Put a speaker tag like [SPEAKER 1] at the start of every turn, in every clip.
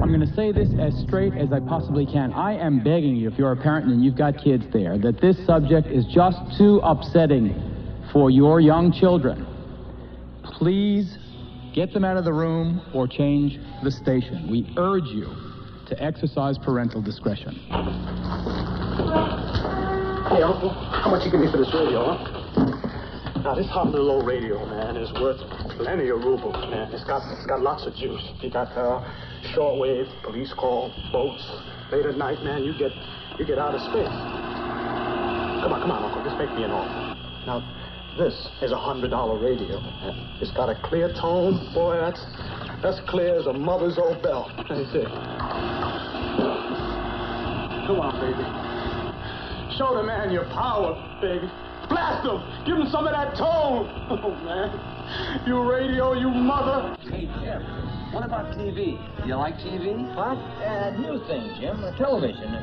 [SPEAKER 1] I'm going to say this as straight as I possibly can. I am begging you, if you're a parent and you've got kids there, that this subject is just too upsetting for your young children. Please get them out of the room or change the station. We urge you to exercise parental discretion.
[SPEAKER 2] Hey, Uncle, how much you give me for this radio, huh? Now, this hot little old radio, man, is worth plenty of rubles, man. It's got, it's got lots of juice. You got uh, shortwave, police call, boats. Late at night, man, you get you get out of space. Come on, come on, Uncle, just make me an offer. Now, this is a hundred dollar radio. man. It's got a clear tone, boy. That's that's clear as a mother's old bell. That's it. Come on, baby. Show the man your power, baby. Blast him! Give him some of that tone! Oh, man. You radio, you mother.
[SPEAKER 3] Hey, Jim, what about TV? You like TV?
[SPEAKER 4] What? Uh, new thing, Jim. The television.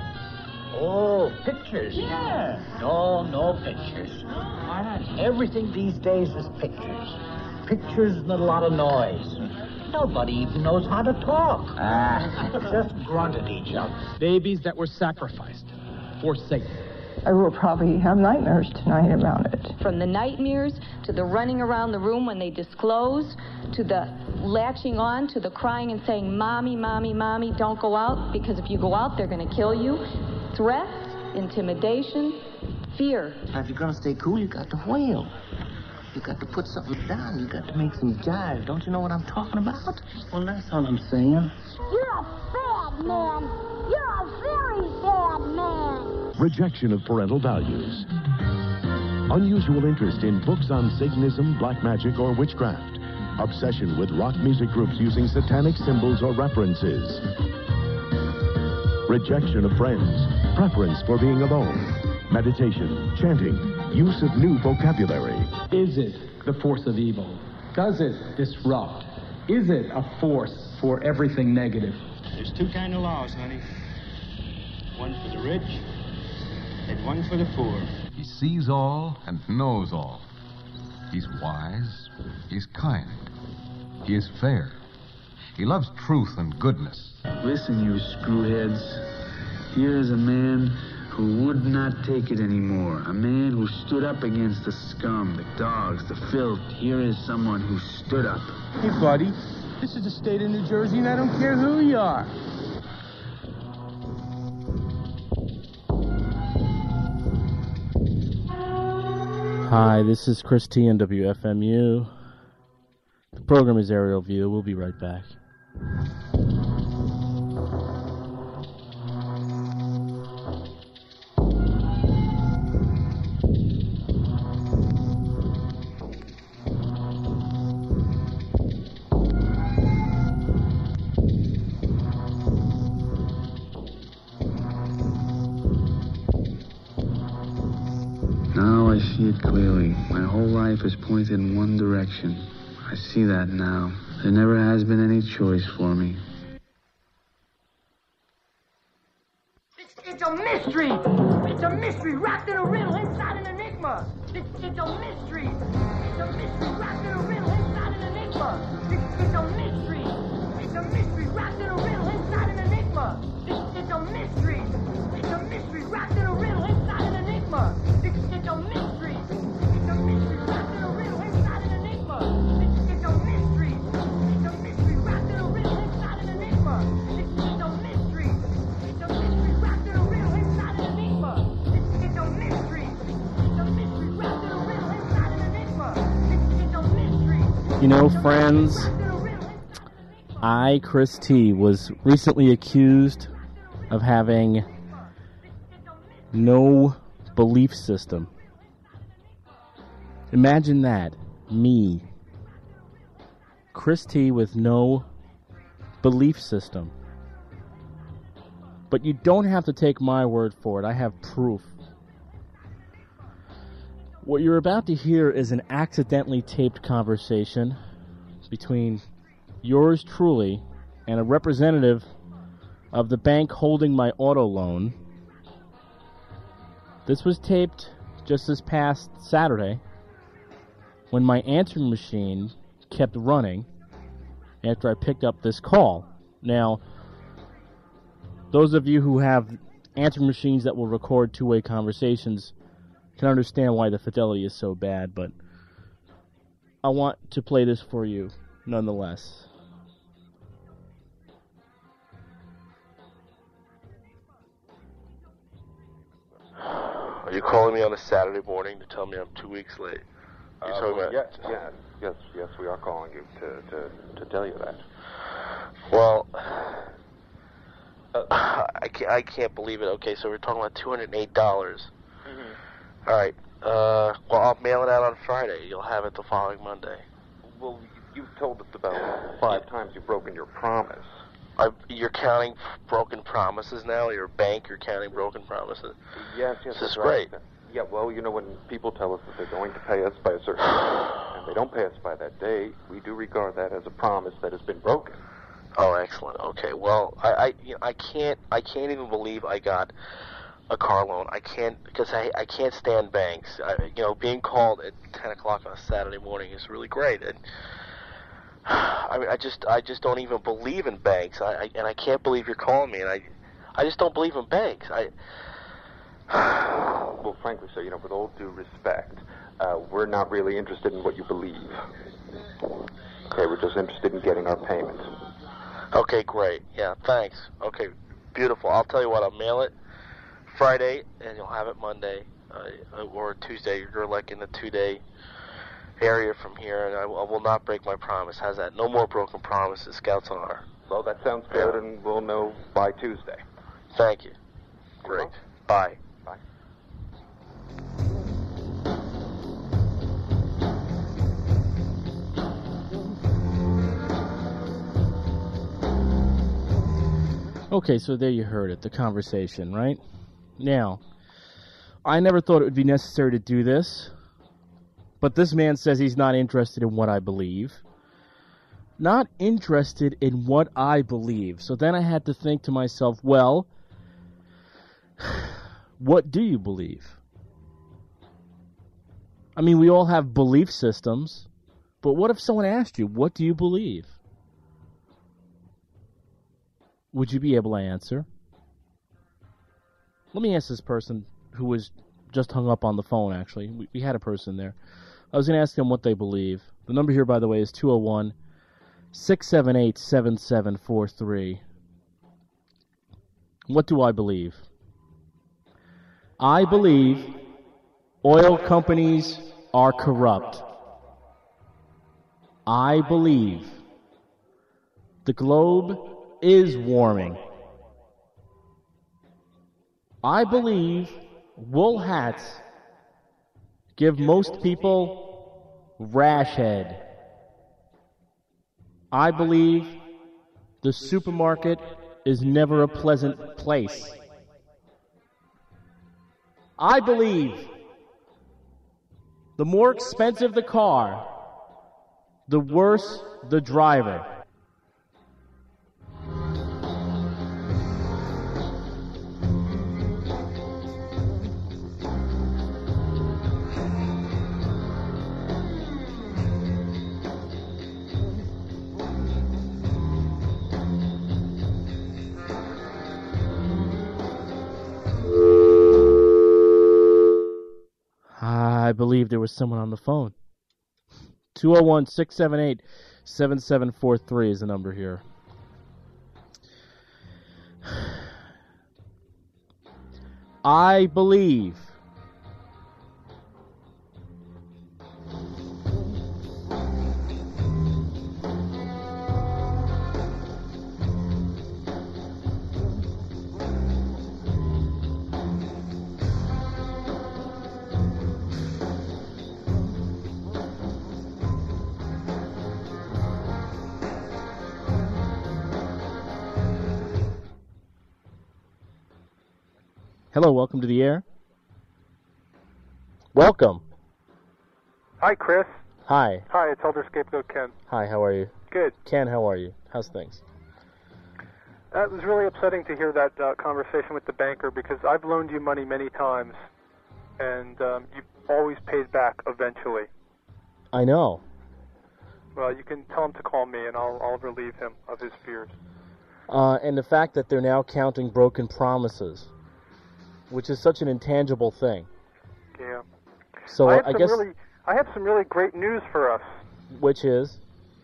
[SPEAKER 4] Oh, pictures.
[SPEAKER 3] Yeah.
[SPEAKER 4] No, no pictures.
[SPEAKER 3] Why not?
[SPEAKER 4] Everything these days is pictures. Pictures and a lot of noise. Nobody even knows how to talk.
[SPEAKER 3] Ah.
[SPEAKER 4] Just grunt at each other.
[SPEAKER 1] Babies that were sacrificed for Satan.
[SPEAKER 5] I will probably have nightmares tonight about it.
[SPEAKER 6] From the nightmares to the running around the room when they disclose to the latching on to the crying and saying, Mommy, Mommy, Mommy, don't go out because if you go out, they're going to kill you. Threats, intimidation, fear.
[SPEAKER 3] Now, if you're gonna stay cool, you got to wail. You got to put something down. You got to make some jive. Don't you know what I'm talking about? Well, that's all I'm saying.
[SPEAKER 7] You're a bad man. You're a very bad man.
[SPEAKER 8] Rejection of parental values. Unusual interest in books on Satanism, black magic, or witchcraft. Obsession with rock music groups using satanic symbols or references. Rejection of friends. Preference for being alone. Meditation, chanting, use of new vocabulary.
[SPEAKER 1] Is it the force of evil? Does it disrupt? Is it a force for everything negative?
[SPEAKER 9] There's two kind of laws, honey. One for the rich, and one for the poor.
[SPEAKER 10] He sees all and knows all. He's wise. He's kind. He is fair. He loves truth and goodness.
[SPEAKER 11] Listen, you screwheads. Here is a man who would not take it anymore. A man who stood up against the scum, the dogs, the filth. Here is someone who stood up.
[SPEAKER 12] Hey, buddy. This is the state of New Jersey, and I don't care who you are.
[SPEAKER 13] Hi, this is Chris T and WFMU. The program is Aerial View. We'll be right back.
[SPEAKER 11] Now I see it clearly. My whole life is pointed in one direction. I see that now. There never has been any choice for me.
[SPEAKER 7] It's, it's a mystery. It's a mystery wrapped in a riddle inside an enigma. It's, it's a mystery. It's a mystery wrapped in a riddle inside an enigma. It's, it's a mystery. It's a mystery wrapped in a riddle inside an enigma. It's, it's a mystery. It's a mystery wrapped in a riddle inside an enigma. It's, it's a mystery. It's a mystery wrapped in a riddle inside an enigma. It's, it's a mystery. It's a mystery wrapped in a riddle inside an enigma. It's, it's a mystery. It's a mystery wrapped in a riddle inside an enigma. It's, it's a mystery. It's a mystery wrapped in a riddle inside an enigma. It's, it's a mystery.
[SPEAKER 13] You know, friends, I, Chris T, was recently accused of having no belief system. Imagine that. Me. Chris T with no belief system. But you don't have to take my word for it. I have proof. What you're about to hear is an accidentally taped conversation between yours truly and a representative of the bank holding my auto loan. This was taped just this past Saturday when my answering machine kept running after I picked up this call. Now, those of you who have answer machines that will record two-way conversations can understand why the fidelity is so bad, but I want to play this for you nonetheless.
[SPEAKER 14] Are you calling me on a Saturday morning to tell me I'm two weeks late? You're
[SPEAKER 15] Uh,
[SPEAKER 14] talking about
[SPEAKER 15] yes, yes, yes, yes. We are calling you to to, to tell you that.
[SPEAKER 14] Well, I can't, I can't believe it. Okay, so we're talking about two hundred eight dollars. All right. Uh, well, I'll mail it out on Friday. You'll have it the following Monday.
[SPEAKER 15] Well, you've told us about five times you've broken your promise.
[SPEAKER 14] I, you're counting broken promises now. Your bank, you're counting broken promises.
[SPEAKER 15] Yes, yes,
[SPEAKER 14] This
[SPEAKER 15] that's
[SPEAKER 14] is
[SPEAKER 15] right. Yeah, well, you know when people tell us that they're going to pay us by a certain date, and they don't pay us by that date, we do regard that as a promise that has been broken.
[SPEAKER 14] Oh, excellent. Okay. Well, I I, you know, I can't I can't even believe I got a car loan. I can't because I I can't stand banks. I, you know, being called at ten o'clock on a Saturday morning is really great. And I mean, I just I just don't even believe in banks. I, I and I can't believe you're calling me. And I I just don't believe in banks. I
[SPEAKER 15] Well, frankly, sir, you know, with all due respect, uh, we're not really interested in what you believe. Okay, we're just interested in getting our payment.
[SPEAKER 14] Okay, great. Yeah, thanks. Okay, beautiful. I'll tell you what, I'll mail it Friday, and you'll have it Monday uh, or Tuesday. You're like in the two day area from here, and I, I will not break my promise. How's that? No more broken promises, Scouts on Honor.
[SPEAKER 15] Well, that sounds good, and we'll know by Tuesday.
[SPEAKER 14] Thank you. Great. Bye.
[SPEAKER 15] Bye.
[SPEAKER 13] Okay, so there you heard it, the conversation, right? Now, I never thought it would be necessary to do this, but this man says he's not interested in what I believe. Not interested in what I believe. So then I had to think to myself, well, what do you believe? I mean, we all have belief systems, but what if someone asked you, what do you believe? would you be able to answer? Let me ask this person who was just hung up on the phone, actually. We, we had a person there. I was going to ask them what they believe. The number here, by the way, is 201 678 7743. What do I believe? I believe oil companies are corrupt. I believe the globe is warming. I believe wool hats give most people rash head. I believe the supermarket is never a pleasant place. I believe the more expensive the car, the worse the driver. I believe there was someone on the phone. 201 678 7743 is the number here. I believe. Hello, welcome to the air. Welcome.
[SPEAKER 16] Hi, Chris.
[SPEAKER 13] Hi.
[SPEAKER 16] Hi, it's Elder Scapegoat Ken.
[SPEAKER 13] Hi, how are you?
[SPEAKER 16] Good.
[SPEAKER 13] Ken, how are you? How's things?
[SPEAKER 16] That was really upsetting to hear that uh, conversation with the banker because I've loaned you money many times, and um, you've always paid back eventually.
[SPEAKER 13] I know.
[SPEAKER 16] Well, you can tell him to call me, and I'll I'll relieve him of his fears.
[SPEAKER 13] Uh, and the fact that they're now counting broken promises, which is such an intangible thing.
[SPEAKER 16] Yeah.
[SPEAKER 13] So uh,
[SPEAKER 16] I, have
[SPEAKER 13] I
[SPEAKER 16] some
[SPEAKER 13] guess,
[SPEAKER 16] really, I have some really great news for us.
[SPEAKER 13] which is,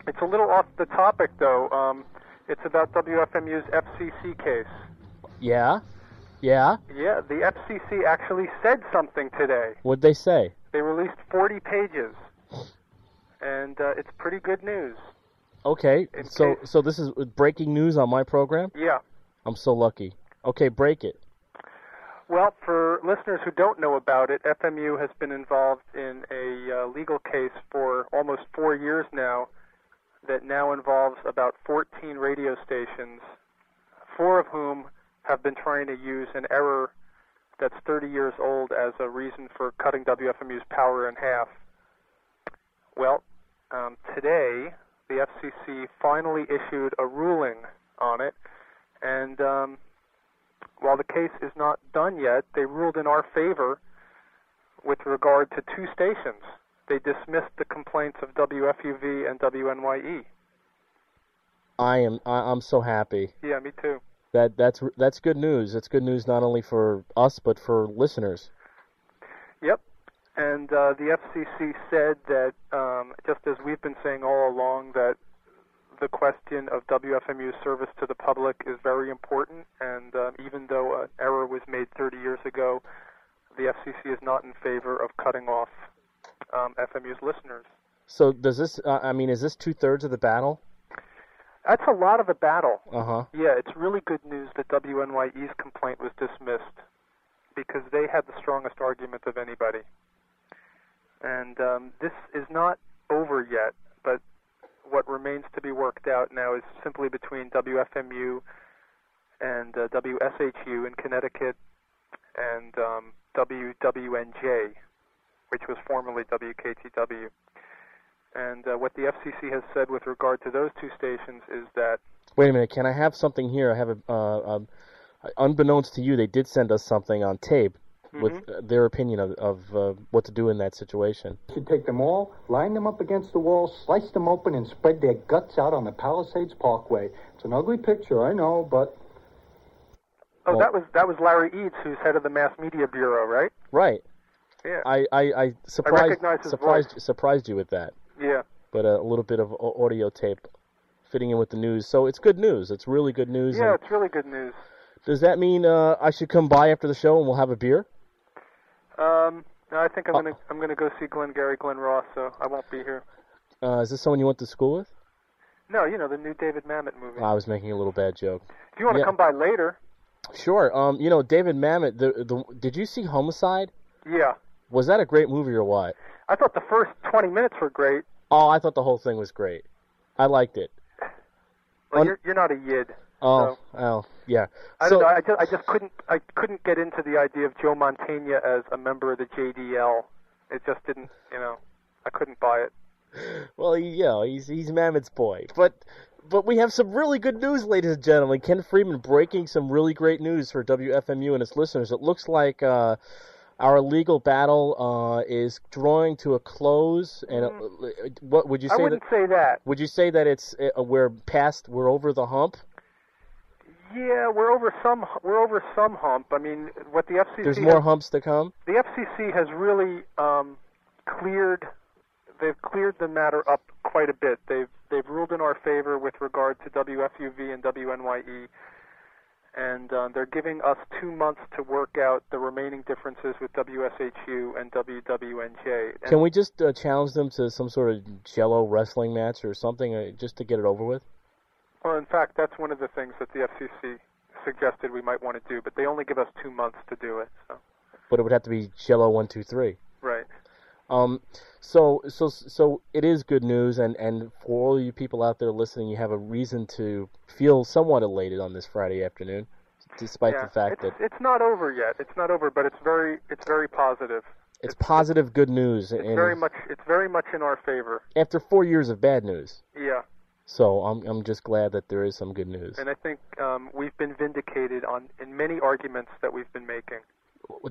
[SPEAKER 16] It's a little off the topic though. Um, it's about WFMU's FCC case.
[SPEAKER 13] yeah, yeah,
[SPEAKER 16] Yeah, the FCC actually said something today.
[SPEAKER 13] what'd they say?
[SPEAKER 16] They released 40 pages, and uh, it's pretty good news.
[SPEAKER 13] Okay, so so this is breaking news on my program.
[SPEAKER 16] Yeah.
[SPEAKER 13] I'm so lucky. Okay, break it.
[SPEAKER 16] Well, for listeners who don't know about it, FMU has been involved in a uh, legal case for almost four years now that now involves about 14 radio stations, four of whom have been trying to use an error that's 30 years old as a reason for cutting WFMU's power in half. Well, um, today the FCC finally issued a ruling on it, and um, while the case is not done yet, they ruled in our favor with regard to two stations. They dismissed the complaints of WFUV and WNYE.
[SPEAKER 13] I am I, I'm so happy.
[SPEAKER 16] Yeah, me too.
[SPEAKER 13] That that's that's good news. It's good news not only for us but for listeners.
[SPEAKER 16] Yep. And uh, the FCC said that, um, just as we've been saying all along, that the question of WFMU's service to the public is very important. And uh, even though an error was made 30 years ago, the FCC is not in favor of cutting off um, FMU's listeners.
[SPEAKER 13] So does this? Uh, I mean, is this two thirds of the battle?
[SPEAKER 16] That's a lot of a battle.
[SPEAKER 13] Uh huh.
[SPEAKER 16] Yeah, it's really good news that WNYE's complaint was dismissed because they had the strongest argument of anybody. And um, this is not over yet, but what remains to be worked out now is simply between WFMU and uh, WSHU in Connecticut and um, WWNJ, which was formerly WKTW. And uh, what the FCC has said with regard to those two stations is that
[SPEAKER 13] Wait a minute. Can I have something here? I have a. Uh, um, unbeknownst to you, they did send us something on tape with
[SPEAKER 16] Mm-hmm.
[SPEAKER 13] uh, their opinion of of uh, what to do in that situation.
[SPEAKER 17] should take them all, line them up against the wall, slice them open, and spread their guts out on the Palisades Parkway. It's an ugly picture, I know, but
[SPEAKER 16] Oh,
[SPEAKER 17] Well-
[SPEAKER 16] that was that was Larry Eads, who's head of the Mass Media Bureau, right?
[SPEAKER 13] Right.
[SPEAKER 16] Yeah.
[SPEAKER 13] I I, I surprised
[SPEAKER 16] recognize his
[SPEAKER 13] surprised surprised you with that,
[SPEAKER 16] yeah.
[SPEAKER 13] but a little bit of au- audio tape fitting in with the news. So it's good news. It's really good news.
[SPEAKER 16] Yeah,
[SPEAKER 13] and
[SPEAKER 16] it's really good news.
[SPEAKER 13] does that mean uh, I should come by after the show and we'll have a beer?
[SPEAKER 16] Um, no, I think I'm gonna I'm gonna go see Glenn Gary Glenn Ross, so I won't be here.
[SPEAKER 13] Uh, is this someone you went to school with?
[SPEAKER 16] No, you know the new David Mamet movie.
[SPEAKER 13] I was making a little bad joke.
[SPEAKER 16] if you want to
[SPEAKER 13] yeah.
[SPEAKER 16] come by later,
[SPEAKER 13] Sure. Um, you know, David Mamet. The, the did you see Homicide?
[SPEAKER 16] yeah.
[SPEAKER 13] Was that a great movie or what?
[SPEAKER 16] I thought the first 20 minutes were great.
[SPEAKER 13] Oh, I thought the whole thing was great. I liked it.
[SPEAKER 16] Well,
[SPEAKER 13] Un-
[SPEAKER 16] you're you're not a yid.
[SPEAKER 13] Oh, oh, yeah.
[SPEAKER 16] I
[SPEAKER 13] So
[SPEAKER 16] don't know. I just I just couldn't I couldn't get into the idea of Joe Montana as a member of the JDL. It just didn't, you know, I couldn't buy it.
[SPEAKER 13] well, he, you know, he's he's Mamet's boy, but. But we have some really good news, ladies and gentlemen. Ken Freeman breaking some really great news for WFMU and its listeners. It looks like uh, our legal battle uh, is drawing to a close. And it, what would you
[SPEAKER 16] Mm-hmm. I
[SPEAKER 13] say?
[SPEAKER 16] wouldn't
[SPEAKER 13] that,
[SPEAKER 16] say that.
[SPEAKER 13] Would you say that it's uh, we're past, we're over the hump?
[SPEAKER 16] Yeah, we're over some we're over some hump. I mean, what the FCC
[SPEAKER 13] There's more
[SPEAKER 16] has-
[SPEAKER 13] humps to come.
[SPEAKER 16] the FCC has really um, cleared they've cleared the matter up quite a bit. They've they've ruled in our favor with regard to WFUV and WNYE, E. and uh, they're giving us two months to work out the remaining differences with WSHU and WWNJ. And
[SPEAKER 13] Can we just uh, challenge them to some sort of Jello wrestling match or something, uh, just to get it over with?
[SPEAKER 16] Well, in fact, that's one of the things that the FCC suggested we might want to do, but they only give us two months to do it. So
[SPEAKER 13] But it would have to be Jello one two three.
[SPEAKER 16] right.
[SPEAKER 13] Um, so so so it is good news, and and for all you people out there listening, you have a reason to feel somewhat elated on this Friday afternoon, despite
[SPEAKER 16] yeah.
[SPEAKER 13] the fact
[SPEAKER 16] it's,
[SPEAKER 13] that
[SPEAKER 16] it's not over yet. It's not over, but it's very it's very positive.
[SPEAKER 13] it's positive good news,
[SPEAKER 16] It's
[SPEAKER 13] and
[SPEAKER 16] very much it's very much in our favor.
[SPEAKER 13] after four years of bad news.
[SPEAKER 16] Yeah,
[SPEAKER 13] So I'm I'm just glad that there is some good news.
[SPEAKER 16] and I think um, we've been vindicated on in many arguments that we've been making,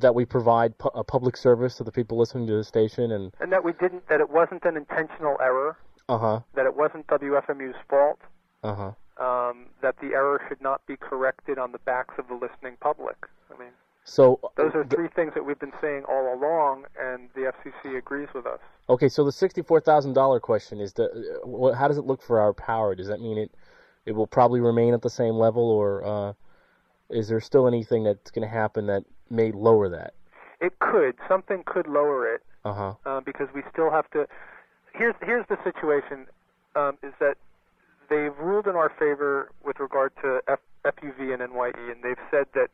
[SPEAKER 13] that we provide pu- a public service to the people listening to the station, and
[SPEAKER 16] and that we didn't that it wasn't an intentional error,
[SPEAKER 13] uh huh,
[SPEAKER 16] that it wasn't WFMU's fault,
[SPEAKER 13] uh huh.
[SPEAKER 16] um, that the error should not be corrected on the backs of the listening public. I mean,
[SPEAKER 13] So
[SPEAKER 16] those are three things that we've been saying all along, and the FCC agrees with us.
[SPEAKER 13] Okay, so the sixty-four thousand dollar question is the uh, wh- how does it look for our power? Does that mean it it will probably remain at the same level, or uh, is there still anything that's going to happen that may lower that?
[SPEAKER 16] It could something could lower it
[SPEAKER 13] Uh huh.
[SPEAKER 16] uh, because we still have to. Here's here's the situation: um, is that they've ruled in our favor with regard to F, FUV and NYE, and they've said that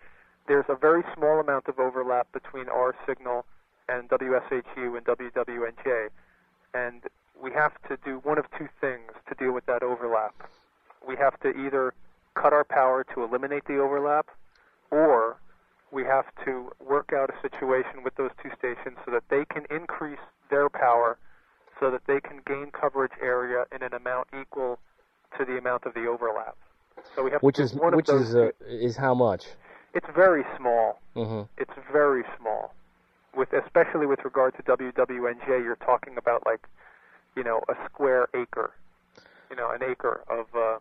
[SPEAKER 16] there's a very small amount of overlap between our signal and WSHU and WWNJ, and we have to do one of two things to deal with that overlap. We have to either cut our power to eliminate the overlap, or we have to work out a situation with those two stations so that they can increase their power so that they can gain coverage area in an amount equal to the amount of the overlap. So we have
[SPEAKER 13] Which
[SPEAKER 16] to do
[SPEAKER 13] is
[SPEAKER 16] one
[SPEAKER 13] which
[SPEAKER 16] of those
[SPEAKER 13] is uh, is how much?
[SPEAKER 16] It's very small.
[SPEAKER 13] hmm
[SPEAKER 16] It's very small. With especially with regard to WWNJ, you're talking about like, you know, a square acre. You know, an acre of uh,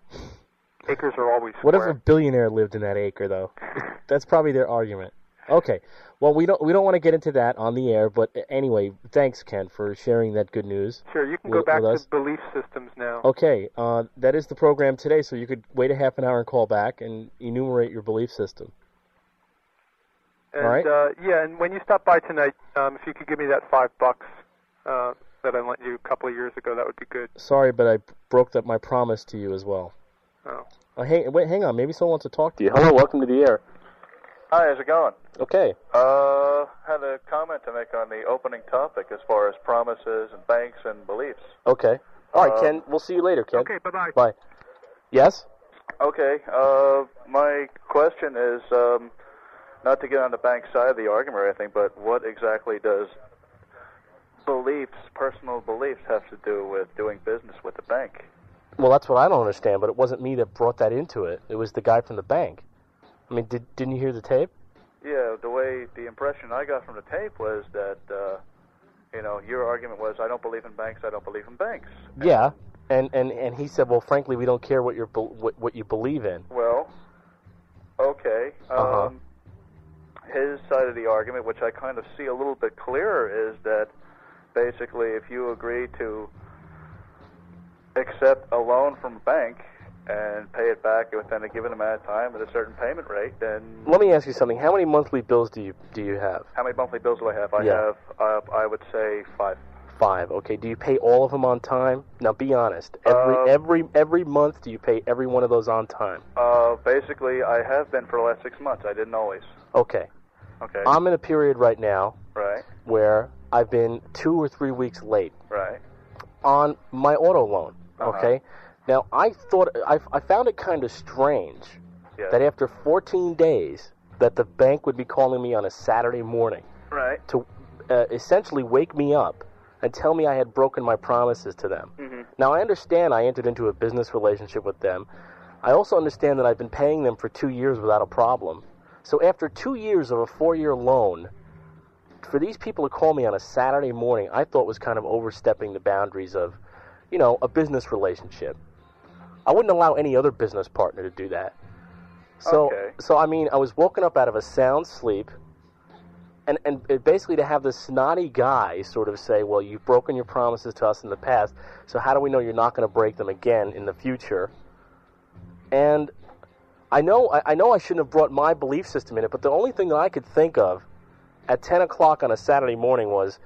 [SPEAKER 16] acres are always
[SPEAKER 13] What if
[SPEAKER 16] square.
[SPEAKER 13] a billionaire lived in that acre, though? That's probably their argument. Okay. Well, we don't we don't want to get into that on the air, but uh, anyway, thanks, Ken, for sharing that good news.
[SPEAKER 16] Sure, you can
[SPEAKER 13] with,
[SPEAKER 16] go back
[SPEAKER 13] with us.
[SPEAKER 16] to belief systems now.
[SPEAKER 13] Okay, uh, that is the program today. So you could wait a half an hour and call back and enumerate your belief system.
[SPEAKER 16] And,
[SPEAKER 13] All right.
[SPEAKER 16] Uh, yeah, and when you stop by tonight, um, if you could give me that five bucks uh, that I lent you a couple of years ago, that would be good.
[SPEAKER 13] Sorry, but I broke up my promise to you as well.
[SPEAKER 16] Oh.
[SPEAKER 13] Uh, hey, wait, hang on. Maybe someone wants to talk to you.
[SPEAKER 18] Hello, welcome to the air.
[SPEAKER 19] Hi, how's it going?
[SPEAKER 13] Okay.
[SPEAKER 19] Uh, had a comment to make on the opening topic as far as promises and banks and beliefs.
[SPEAKER 13] Okay. All right,
[SPEAKER 19] Uh,
[SPEAKER 13] Ken. We'll see you later, Ken.
[SPEAKER 19] okay, bye-bye.
[SPEAKER 13] Bye. Yes.
[SPEAKER 19] Okay, uh, my question is, um, not to get on the bank side of the argument or anything, but what exactly does beliefs, personal beliefs, have to do with doing business with the bank?
[SPEAKER 13] Well, that's what I don't understand. But it wasn't me that brought that into it. It was the guy from the bank. I mean, did, didn't you hear the tape?
[SPEAKER 19] Yeah, the way the impression I got from the tape was that, uh, you know, your argument was, I don't believe in banks, I don't believe in banks.
[SPEAKER 13] Yeah. And and and he said, well, frankly, we don't care what you're bel- what, what you believe in.
[SPEAKER 19] Well, okay. Um,
[SPEAKER 13] Uh-huh.
[SPEAKER 19] His side of the argument, which I kind of see a little bit clearer, is that basically if you agree to accept a loan from a bank and pay it back within a given amount of time at a certain payment rate, then
[SPEAKER 13] Let me ask you something. How many monthly bills do you do you have?
[SPEAKER 19] how many monthly bills do I have? I
[SPEAKER 13] Yeah.
[SPEAKER 19] have, uh, I would say, five.
[SPEAKER 13] Five. Okay. Do you pay all of them on time? Now, be honest. Every
[SPEAKER 19] Uh,
[SPEAKER 13] every every month, do you pay every one of those on time?
[SPEAKER 19] Uh, basically, I have been for the last six months. I didn't always.
[SPEAKER 13] Okay.
[SPEAKER 19] Okay.
[SPEAKER 13] I'm in a period right now
[SPEAKER 19] right.
[SPEAKER 13] where I've been two or three weeks late
[SPEAKER 19] Right.
[SPEAKER 13] on my auto loan.
[SPEAKER 19] Uh-huh.
[SPEAKER 13] Okay. Now, I thought I, I found it kind of strange
[SPEAKER 19] Yes.
[SPEAKER 13] that after 14 days that the bank would be calling me on a Saturday morning
[SPEAKER 19] Right.
[SPEAKER 13] to uh, essentially wake me up and tell me I had broken my promises to them.
[SPEAKER 19] Mhm.
[SPEAKER 13] Now, I understand I entered into a business relationship with them. I also understand that I've been paying them for two years without a problem. So, after two years of a four year loan, for these people to call me on a Saturday morning, I thought was kind of overstepping the boundaries of, you know, a business relationship. I wouldn't allow any other business partner to do that. So,
[SPEAKER 19] Okay.
[SPEAKER 13] so I mean, I was woken up out of a sound sleep, and and it- basically to have this snotty guy sort of say, "Well, you've broken your promises to us in the past, so how do we know you're not going to break them again in the future?" And I know I, I know I shouldn't have brought my belief system in it, but the only thing that I could think of at 10 o'clock on a Saturday morning was,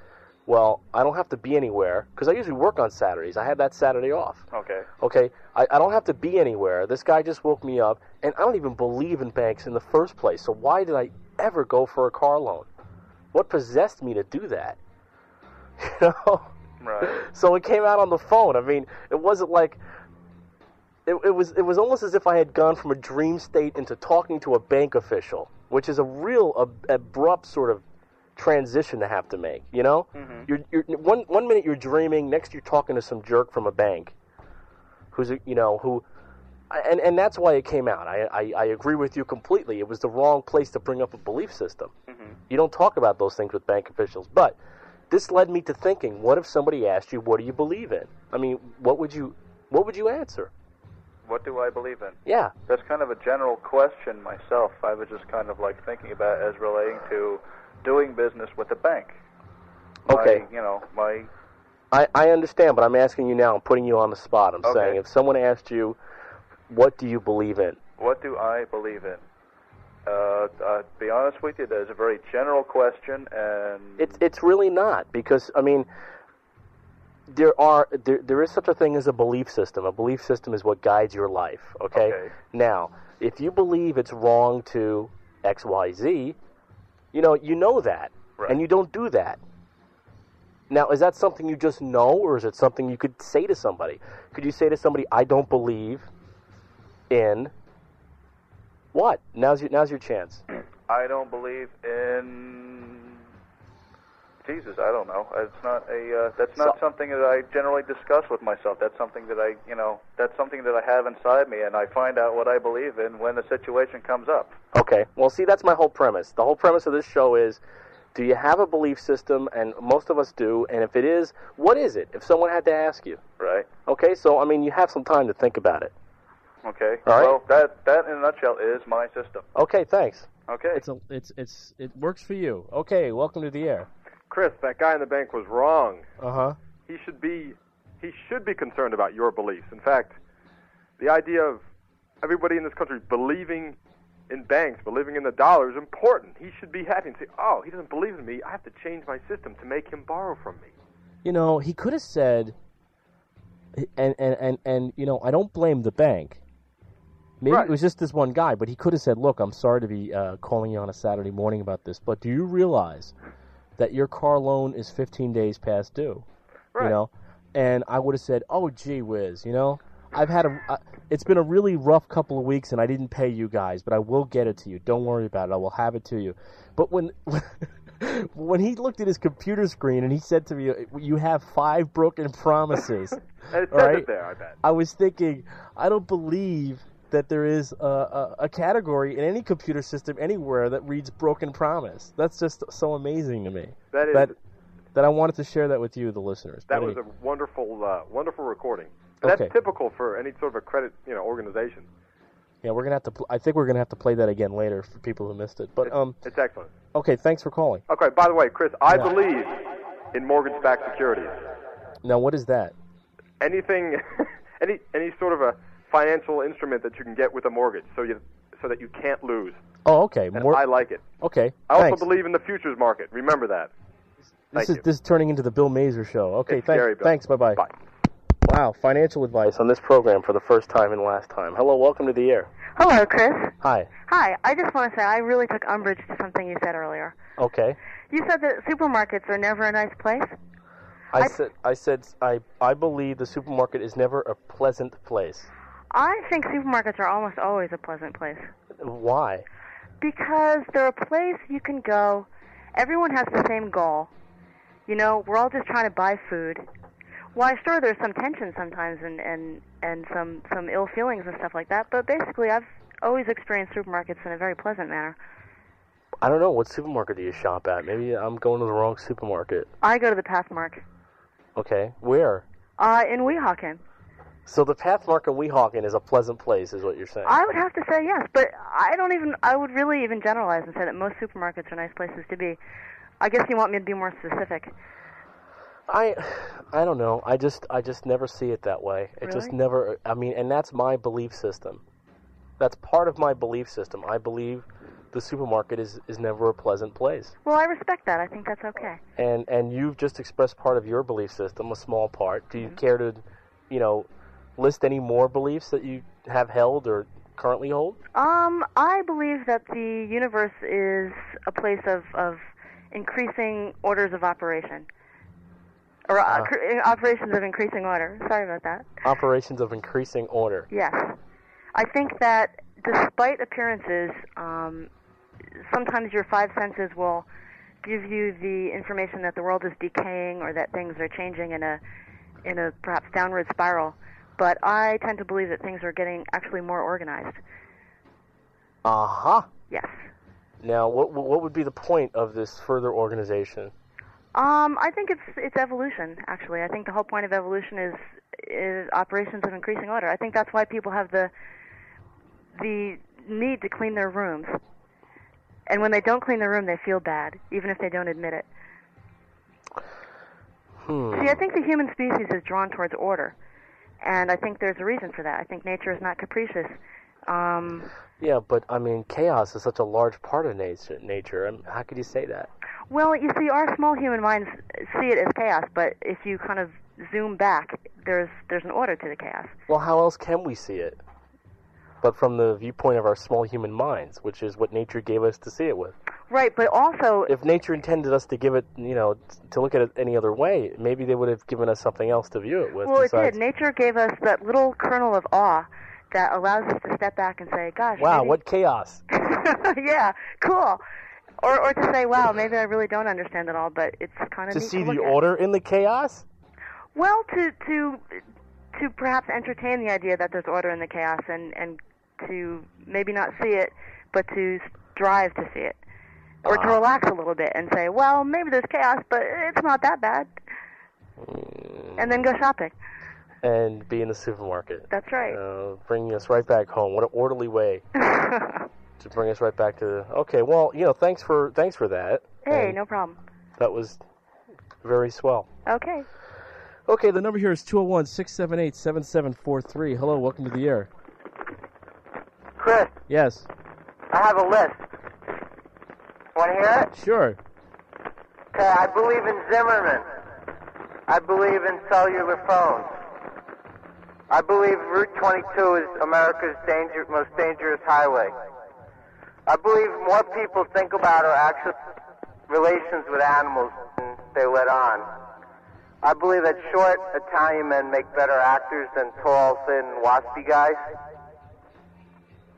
[SPEAKER 13] well, I don't have to be anywhere because I usually work on Saturdays. I had that Saturday off.
[SPEAKER 19] Okay.
[SPEAKER 13] Okay, I, I don't have to be anywhere. This guy just woke me up, and I don't even believe in banks in the first place. So why did I ever go for a car loan? What possessed me to do that? You know.
[SPEAKER 19] Right.
[SPEAKER 13] So it came out on the phone. I mean, it wasn't like it, it was. It was almost as if I had gone from a dream state into talking to a bank official, which is a real ab- abrupt sort of transition to have to make. You know,
[SPEAKER 19] Mhm.
[SPEAKER 13] you're, you're one one minute you're dreaming, next you're talking to some jerk from a bank, who's a, you know who, I- and and that's why it came out. I, I I agree with you completely. It was the wrong place to bring up a belief system. You don't talk about those things with bank officials, but this led me to thinking: What if somebody asked you, "What do you believe in?" I mean, what would you what would you answer?
[SPEAKER 19] What do I believe in?
[SPEAKER 14] Yeah.
[SPEAKER 19] That's kind of a general question myself. I was just kind of like thinking about it as relating to doing business with a bank. My,
[SPEAKER 14] Okay.
[SPEAKER 19] you know, my
[SPEAKER 14] I, I understand, but I'm asking you now. I'm putting you on the spot. I'm
[SPEAKER 19] Okay.
[SPEAKER 14] saying if someone asked you, what do you believe in?
[SPEAKER 19] What do I believe in? Uh, uh, to be honest with you, that is a very general question, and
[SPEAKER 14] It's it's really not because I mean, there are there, there is such a thing as a belief system. A belief system is what guides your life. Okay?
[SPEAKER 19] Okay.
[SPEAKER 14] Now, if you believe it's wrong to X Y Z, you know you know that, and you don't do that. Now, is that something you just know, or is it something you could say to somebody? Could you say to somebody, "I don't believe in what"? Now's your now's your chance.
[SPEAKER 19] I don't believe in Jesus. I don't know. It's not a. Uh, that's not something that I generally discuss with myself. That's something that I, you know, that's something that I have inside me, and I find out what I believe in when the situation comes up.
[SPEAKER 14] Okay. Well, see, that's my whole premise. The whole premise of this show is do you have a belief system? And most of us do. And if it is, what is it? If someone had to ask you.
[SPEAKER 19] Right.
[SPEAKER 14] Okay, so, I mean, you have some time to think about it.
[SPEAKER 19] Okay.
[SPEAKER 14] All right.
[SPEAKER 19] Well, that that in a nutshell is my system.
[SPEAKER 14] Okay, thanks.
[SPEAKER 15] Okay.
[SPEAKER 13] It's a, it's it's it works for you. Okay, welcome to the air.
[SPEAKER 15] Chris, that guy in the bank was wrong.
[SPEAKER 13] Uh huh.
[SPEAKER 15] He should be he should be concerned about your beliefs. In fact, the idea of everybody in this country believing in banks, believing in the dollar is important. He should be happy and say, "Oh, he doesn't believe in me. I have to change my system to make him borrow from me."
[SPEAKER 13] You know, he could have said, and and and and you know, I don't blame the bank. Maybe
[SPEAKER 15] Right.
[SPEAKER 13] it was just this one guy, but he could have said, "Look, I'm sorry to be uh, calling you on a Saturday morning about this, but do you realize that your car loan is 15 days past due?" You
[SPEAKER 15] Right.
[SPEAKER 13] know, and I would have said, "Oh, gee whiz," you know. I've had a. I, it's been a really rough couple of weeks, and I didn't pay you guys, but I will get it to you. Don't worry about it. I will have it to you. But when when he looked at his computer screen and he said to me, "You have five broken promises,"
[SPEAKER 15] And it
[SPEAKER 13] all
[SPEAKER 15] says
[SPEAKER 13] right?
[SPEAKER 15] it there, I bet.
[SPEAKER 13] I was thinking, I don't believe that there is a, a, a category in any computer system anywhere that reads broken promise. That's just so amazing to me.
[SPEAKER 15] That is-
[SPEAKER 13] that, that I wanted to share that with you, the listeners.
[SPEAKER 15] That
[SPEAKER 13] But
[SPEAKER 15] was a wonderful uh, wonderful recording. And
[SPEAKER 13] Okay.
[SPEAKER 15] that's typical for any sort of a credit, you know, organization.
[SPEAKER 13] Yeah, we're gonna have to. Pl- I think we're gonna have to play that again later for people who missed it. But um,
[SPEAKER 15] It's excellent.
[SPEAKER 13] okay, thanks for calling.
[SPEAKER 15] Okay, by the way, Chris, I
[SPEAKER 13] Yeah.
[SPEAKER 15] believe in mortgage-backed securities.
[SPEAKER 13] Now, what is that?
[SPEAKER 15] anything, any any sort of a financial instrument that you can get with a mortgage, so you so that you can't lose.
[SPEAKER 13] Oh, okay.
[SPEAKER 15] And
[SPEAKER 13] More.
[SPEAKER 15] I like it.
[SPEAKER 13] okay.
[SPEAKER 15] I also
[SPEAKER 13] thanks.
[SPEAKER 15] believe in the futures market. Remember that.
[SPEAKER 13] this
[SPEAKER 15] Thank
[SPEAKER 13] is
[SPEAKER 15] you.
[SPEAKER 13] this is turning into the Bill Mazer show. Okay,
[SPEAKER 15] It's
[SPEAKER 13] thanks.
[SPEAKER 15] scary, Bill.
[SPEAKER 13] Thanks. Bye-bye. Bye. Wow, financial advice on this program for the first time and last time. Hello, welcome to the air.
[SPEAKER 18] Hello, Chris.
[SPEAKER 13] Hi.
[SPEAKER 18] Hi. I just want to say I really took umbrage to something you said earlier.
[SPEAKER 13] Okay.
[SPEAKER 18] You said that supermarkets are never a nice place.
[SPEAKER 13] I said I said I I believe the supermarket is never a pleasant place.
[SPEAKER 18] I think supermarkets are almost always a pleasant place
[SPEAKER 13] Why?
[SPEAKER 18] because they're a place you can go. Everyone has the same goal. You know, we're all just trying to buy food. Why, sure, there's some tension sometimes and and and some some ill feelings and stuff like that. But basically, I've always experienced supermarkets in a very pleasant manner.
[SPEAKER 13] I don't know what supermarket do you shop at? Maybe I'm going to the wrong supermarket.
[SPEAKER 18] I go to the Pathmark
[SPEAKER 13] Okay. Where?
[SPEAKER 18] uh, in Weehawken.
[SPEAKER 13] So the Pathmark in Weehawken is a pleasant place is what you're saying.
[SPEAKER 18] I would have to say yes, but I don't even. I would really even generalize and say that most supermarkets are nice places to be. I guess you want me to be more specific.
[SPEAKER 13] I I don't know. I just I just never see it that way. It just
[SPEAKER 18] Really?
[SPEAKER 13] never I mean, and that's my belief system. That's part of my belief system. I believe the supermarket is is never a pleasant place.
[SPEAKER 18] Well, I respect that. I think that's okay.
[SPEAKER 13] and and you've just expressed part of your belief system, a small part. Do you care to, you know, list any more beliefs that you have held or currently hold?
[SPEAKER 18] Um, I believe that the universe is a place of of increasing orders of operation, or uh,
[SPEAKER 13] Ah.
[SPEAKER 18] cr- operations of increasing order. Sorry about that.
[SPEAKER 13] Operations of increasing order.
[SPEAKER 18] Yes. I think that despite appearances, um, sometimes your five senses will give you the information that the world is decaying or that things are changing in a in a perhaps downward spiral. But I tend to believe that things are getting actually more organized.
[SPEAKER 13] Aha.
[SPEAKER 18] Yes.
[SPEAKER 13] Uh-huh. Now, what what would be the point of this further organization?
[SPEAKER 18] Um, I think it's it's evolution. Actually, I think the whole point of evolution is is operations of increasing order. I think that's why people have the the need to clean their rooms, and when they don't clean their room, they feel bad, even if they don't admit it.
[SPEAKER 7] Hmm.
[SPEAKER 18] See, I think the human species is drawn towards order, and I think there's a reason for that. I think nature is not capricious. Um,
[SPEAKER 13] Yeah, but I mean, chaos is such a large part of nature. Nature, and how could you say that?
[SPEAKER 18] well, you see, our small human minds see it as chaos, but if you kind of zoom back, there's there's an order to the chaos.
[SPEAKER 13] Well, how else can we see it? But from the viewpoint of our small human minds, which is what nature gave us to see it with.
[SPEAKER 18] Right, but also
[SPEAKER 13] If nature intended us to give it, you know, t- to look at it any other way, maybe they would have given us something else to view it with.
[SPEAKER 18] well, it
[SPEAKER 13] besides,
[SPEAKER 18] did. Nature gave us that little kernel of awe that allows us to step back and say, "Gosh,
[SPEAKER 13] wow,
[SPEAKER 18] maybe-
[SPEAKER 13] what chaos!
[SPEAKER 18] yeah, cool," or or to say, "Wow, maybe I really don't understand it all, but it's kind of
[SPEAKER 13] to
[SPEAKER 18] neat
[SPEAKER 13] see
[SPEAKER 18] to
[SPEAKER 13] the
[SPEAKER 18] look at."
[SPEAKER 13] order in the chaos.
[SPEAKER 18] Well, to to to perhaps entertain the idea that there's order in the chaos, and and to maybe not see it, but to strive to see it, or to
[SPEAKER 13] Ah.
[SPEAKER 18] relax a little bit and say, well, maybe there's chaos, but it's not that bad, and then go shopping.
[SPEAKER 13] and be in the supermarket.
[SPEAKER 18] That's right.
[SPEAKER 13] Uh, bringing us right back home. What an orderly way to bring us right back to. The, okay, well, you know, thanks for thanks for that.
[SPEAKER 18] Hey, no problem.
[SPEAKER 13] That was very swell.
[SPEAKER 18] Okay.
[SPEAKER 13] Okay, the number here is 201 678 7743. Hello, welcome to the air.
[SPEAKER 20] Chris,
[SPEAKER 13] Yes,
[SPEAKER 20] I have a list. Want to hear it?
[SPEAKER 13] sure.
[SPEAKER 20] Okay, I believe in Zimmerman. I believe in cellular phones. I believe Route 22 is America's danger, most dangerous highway. I believe more people think about our actual relations with animals than they let on. I believe that short Italian men make better actors than tall, thin, waspy guys.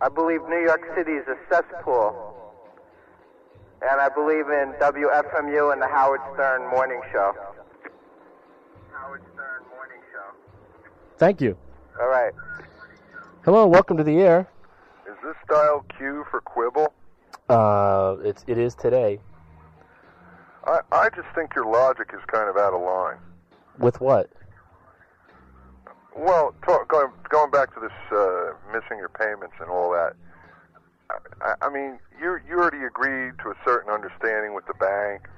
[SPEAKER 20] I believe New York City is a cesspool and I believe in WFMU and the Howard Stern Morning Show.
[SPEAKER 13] Thank you.
[SPEAKER 20] All right.
[SPEAKER 13] Hello, welcome to the air.
[SPEAKER 15] Is this style Q for quibble?
[SPEAKER 13] Uh, it's, it is today.
[SPEAKER 15] I, I just think your logic is kind of out of line.
[SPEAKER 13] With what?
[SPEAKER 15] Well, talk, going, going back to this uh, missing your payments and all that, I, I mean, you you already agreed to a certain understanding with the bank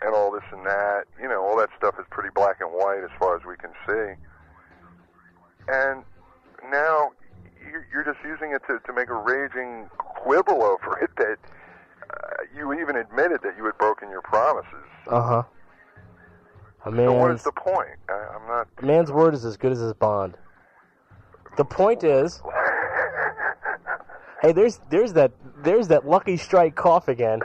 [SPEAKER 15] and all this and that. You know, all that stuff is pretty black and white as far as we can see. And now you're, you're just using it to, to make a raging quibble over it that uh, you even admitted that you had broken your promises.
[SPEAKER 13] Uh huh. A
[SPEAKER 15] So what
[SPEAKER 13] man's,
[SPEAKER 15] is the point? I, I'm not.
[SPEAKER 13] a man's word is as good as his bond. The point is. Hey, there's there's that there's that lucky strike cough again.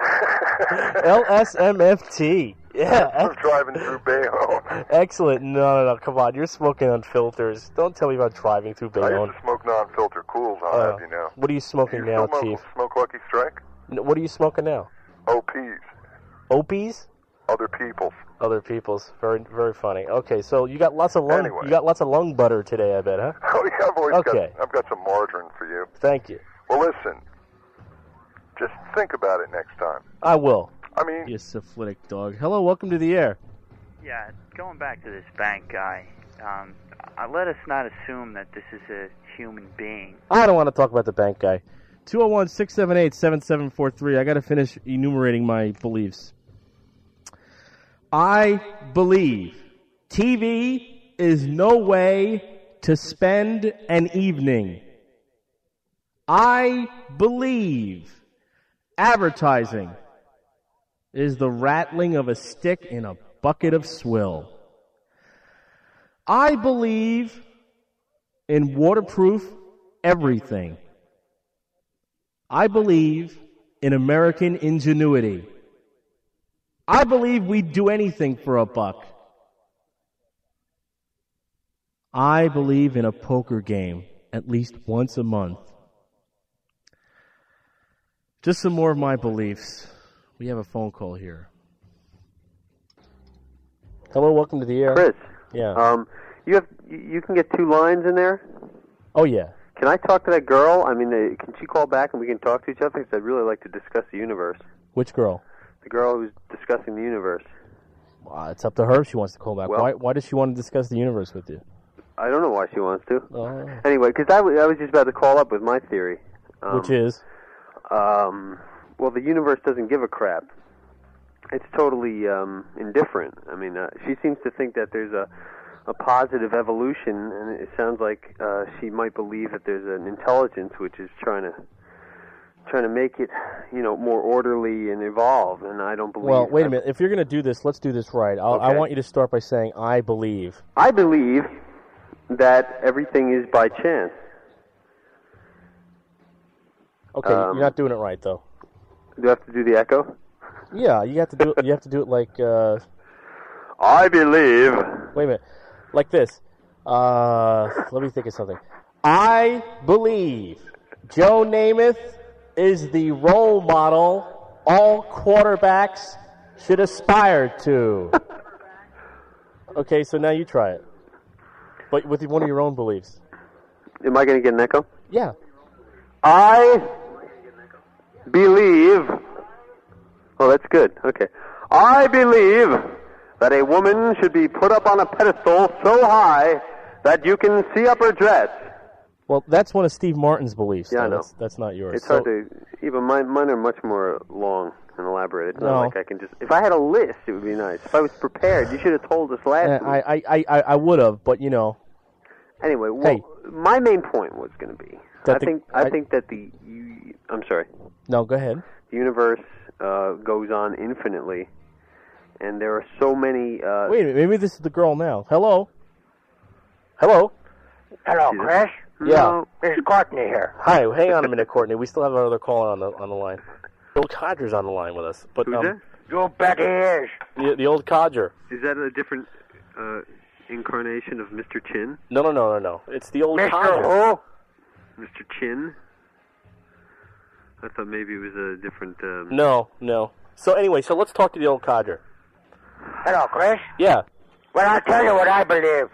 [SPEAKER 13] LSMFT. Yeah.
[SPEAKER 15] I'm driving through Bayonne.
[SPEAKER 13] Excellent. No, no, no. Come on. You're smoking on filters. Don't tell me about driving through
[SPEAKER 15] I
[SPEAKER 13] Bayonne.
[SPEAKER 15] used to smoke non-filter cools. I'll
[SPEAKER 13] Uh,
[SPEAKER 15] have you know.
[SPEAKER 13] What are you smoking
[SPEAKER 15] You
[SPEAKER 13] now,
[SPEAKER 15] still
[SPEAKER 13] Chief?
[SPEAKER 15] Smoke Lucky Strike?
[SPEAKER 13] N- What are you smoking now?
[SPEAKER 15] OPs.
[SPEAKER 13] Opies?
[SPEAKER 15] Other people's.
[SPEAKER 13] Other people's. Very, very funny. Okay, so you got lots of lung.
[SPEAKER 15] Anyway.
[SPEAKER 13] You got lots of lung butter today, I bet, huh?
[SPEAKER 15] Oh yeah, I've always
[SPEAKER 13] Okay.
[SPEAKER 15] got. I've got some margarine for you.
[SPEAKER 13] Thank you.
[SPEAKER 15] Well, listen. Just think about it next time.
[SPEAKER 13] I will.
[SPEAKER 15] I mean,
[SPEAKER 21] you syphilitic dog. Hello, welcome to the air.
[SPEAKER 22] Yeah, Uh, going back to this bank guy, um, uh, let us not assume that this is a human being.
[SPEAKER 21] I don't want to talk about the bank guy. 201 678 7743. I got to finish enumerating my beliefs. I believe TV is no way to spend an evening. I believe advertising is the rattling of a stick in a bucket of swill. I believe in waterproof everything. I believe in American ingenuity. I believe we'd do anything for a buck. I believe in a poker game at least once a month. Just some more of my beliefs. We have a phone call here.
[SPEAKER 13] Hello, welcome to the air.
[SPEAKER 23] Chris.
[SPEAKER 13] Yeah.
[SPEAKER 23] Um, you have you- you can get two lines in there.
[SPEAKER 13] Oh yeah.
[SPEAKER 23] Can I talk to that girl? I mean, uh, can she call back and we can talk to each other? Because I'd really like to discuss the universe.
[SPEAKER 13] Which girl?
[SPEAKER 23] The girl who's discussing the universe.
[SPEAKER 13] Uh, it's up to her if she wants to call back.
[SPEAKER 23] Well-
[SPEAKER 13] why, why does she want to discuss the universe with you?
[SPEAKER 23] I don't know why she wants to.
[SPEAKER 13] Oh.
[SPEAKER 23] Anyway, because I wa- I was just about to call up with my theory, um,
[SPEAKER 13] Which is?
[SPEAKER 23] um, well, the universe doesn't give a crap. It's totally um, indifferent. I mean, uh, she seems to think that there's a a positive evolution, and it sounds like uh, she might believe that there's an intelligence which is trying to trying to make it, you know, more orderly and evolve. And I don't believe.
[SPEAKER 13] Well, wait a minute. If you're going to do this, let's do this right. I'll, I
[SPEAKER 23] Okay.
[SPEAKER 13] want you to start by saying, I believe.
[SPEAKER 23] I believe that everything is by chance.
[SPEAKER 13] Okay,
[SPEAKER 23] Um,
[SPEAKER 13] you're not doing it right, though.
[SPEAKER 23] Do I have to do the echo?
[SPEAKER 13] Yeah, you have to do it, you have to do it like uh,
[SPEAKER 23] I believe.
[SPEAKER 13] Wait a minute. Like this. Uh, let me think of something. I believe Joe Namath is the role model all quarterbacks should aspire to. okay, so now you try it. But with one of your own beliefs.
[SPEAKER 23] Am I going to get an echo?
[SPEAKER 13] Yeah.
[SPEAKER 23] I believe. Oh, that's good. Okay. I believe that a woman should be put up on a pedestal so high that you can see up her dress.
[SPEAKER 13] Well, that's one of Steve Martin's beliefs.
[SPEAKER 23] Yeah,
[SPEAKER 13] though.
[SPEAKER 23] I know.
[SPEAKER 13] That's, that's not yours.
[SPEAKER 23] It's
[SPEAKER 13] So-
[SPEAKER 23] hard to. Even mine, mine are much more long and elaborate. It's
[SPEAKER 13] No.
[SPEAKER 23] not like I can just. If I had a list, it would be nice. If I was prepared, you should have told us last
[SPEAKER 13] Eh,
[SPEAKER 23] week.
[SPEAKER 13] I, I, I, I, I would have, but you know.
[SPEAKER 23] Anyway, wh-
[SPEAKER 13] Hey.
[SPEAKER 23] my main point was going to be
[SPEAKER 13] That
[SPEAKER 23] I
[SPEAKER 13] the-
[SPEAKER 23] think I,
[SPEAKER 13] I-
[SPEAKER 23] think that the you, I'm sorry,
[SPEAKER 13] No, go ahead.
[SPEAKER 23] the universe uh, goes on infinitely, and there are so many. Uh,
[SPEAKER 13] Wait a minute. Maybe this is the girl now. Hello. Hello.
[SPEAKER 24] Hello,
[SPEAKER 23] Jesus.
[SPEAKER 24] Chris.
[SPEAKER 13] Yeah.
[SPEAKER 24] This is Courtney here.
[SPEAKER 13] Hi. Hang on a minute, Courtney. We still have another caller on the on the line. Bill Codger's on the line with us. But um,
[SPEAKER 24] You bet he is.
[SPEAKER 13] the, the old codger.
[SPEAKER 23] Hmm? Is that a different uh, incarnation of Mr. Chin?
[SPEAKER 13] No, no, no, no, no. It's the old
[SPEAKER 24] Mr.
[SPEAKER 13] codger.
[SPEAKER 23] Mr. Chin. I thought maybe it was a different. Um...
[SPEAKER 13] No, no. So anyway, so let's talk to the old codger.
[SPEAKER 24] Hello, Chris.
[SPEAKER 13] Yeah.
[SPEAKER 24] Well, I'll tell you what I believe.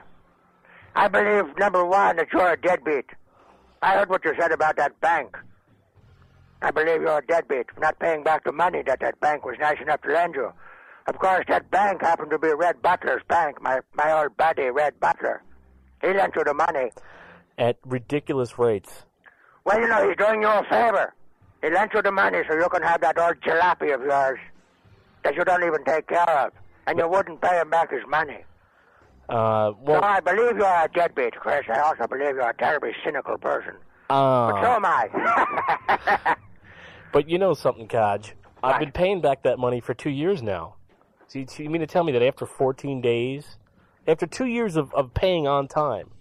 [SPEAKER 24] I believe, number one, that you're a deadbeat. I heard what you said about that bank. I believe you're a deadbeat for not paying back the money that that bank was nice enough to lend you. Of course, that bank happened to be Red Butler's bank, my, my old buddy, Red Butler. He lent you the money.
[SPEAKER 13] At ridiculous rates.
[SPEAKER 24] Well, you know, he's doing you a favor. He lent you the money so you can have that old jalopy of yours that you don't even take care of, and you wouldn't pay him back his money.
[SPEAKER 13] Uh, well,
[SPEAKER 24] so I believe you're a deadbeat, Chris. I also believe you're a terribly cynical person. but so
[SPEAKER 13] uh,
[SPEAKER 24] am I.
[SPEAKER 13] but you know something, Codge. I've been paying back that money for two years now. So you, so you mean to tell me that after 14 days, after two years of, of paying on time,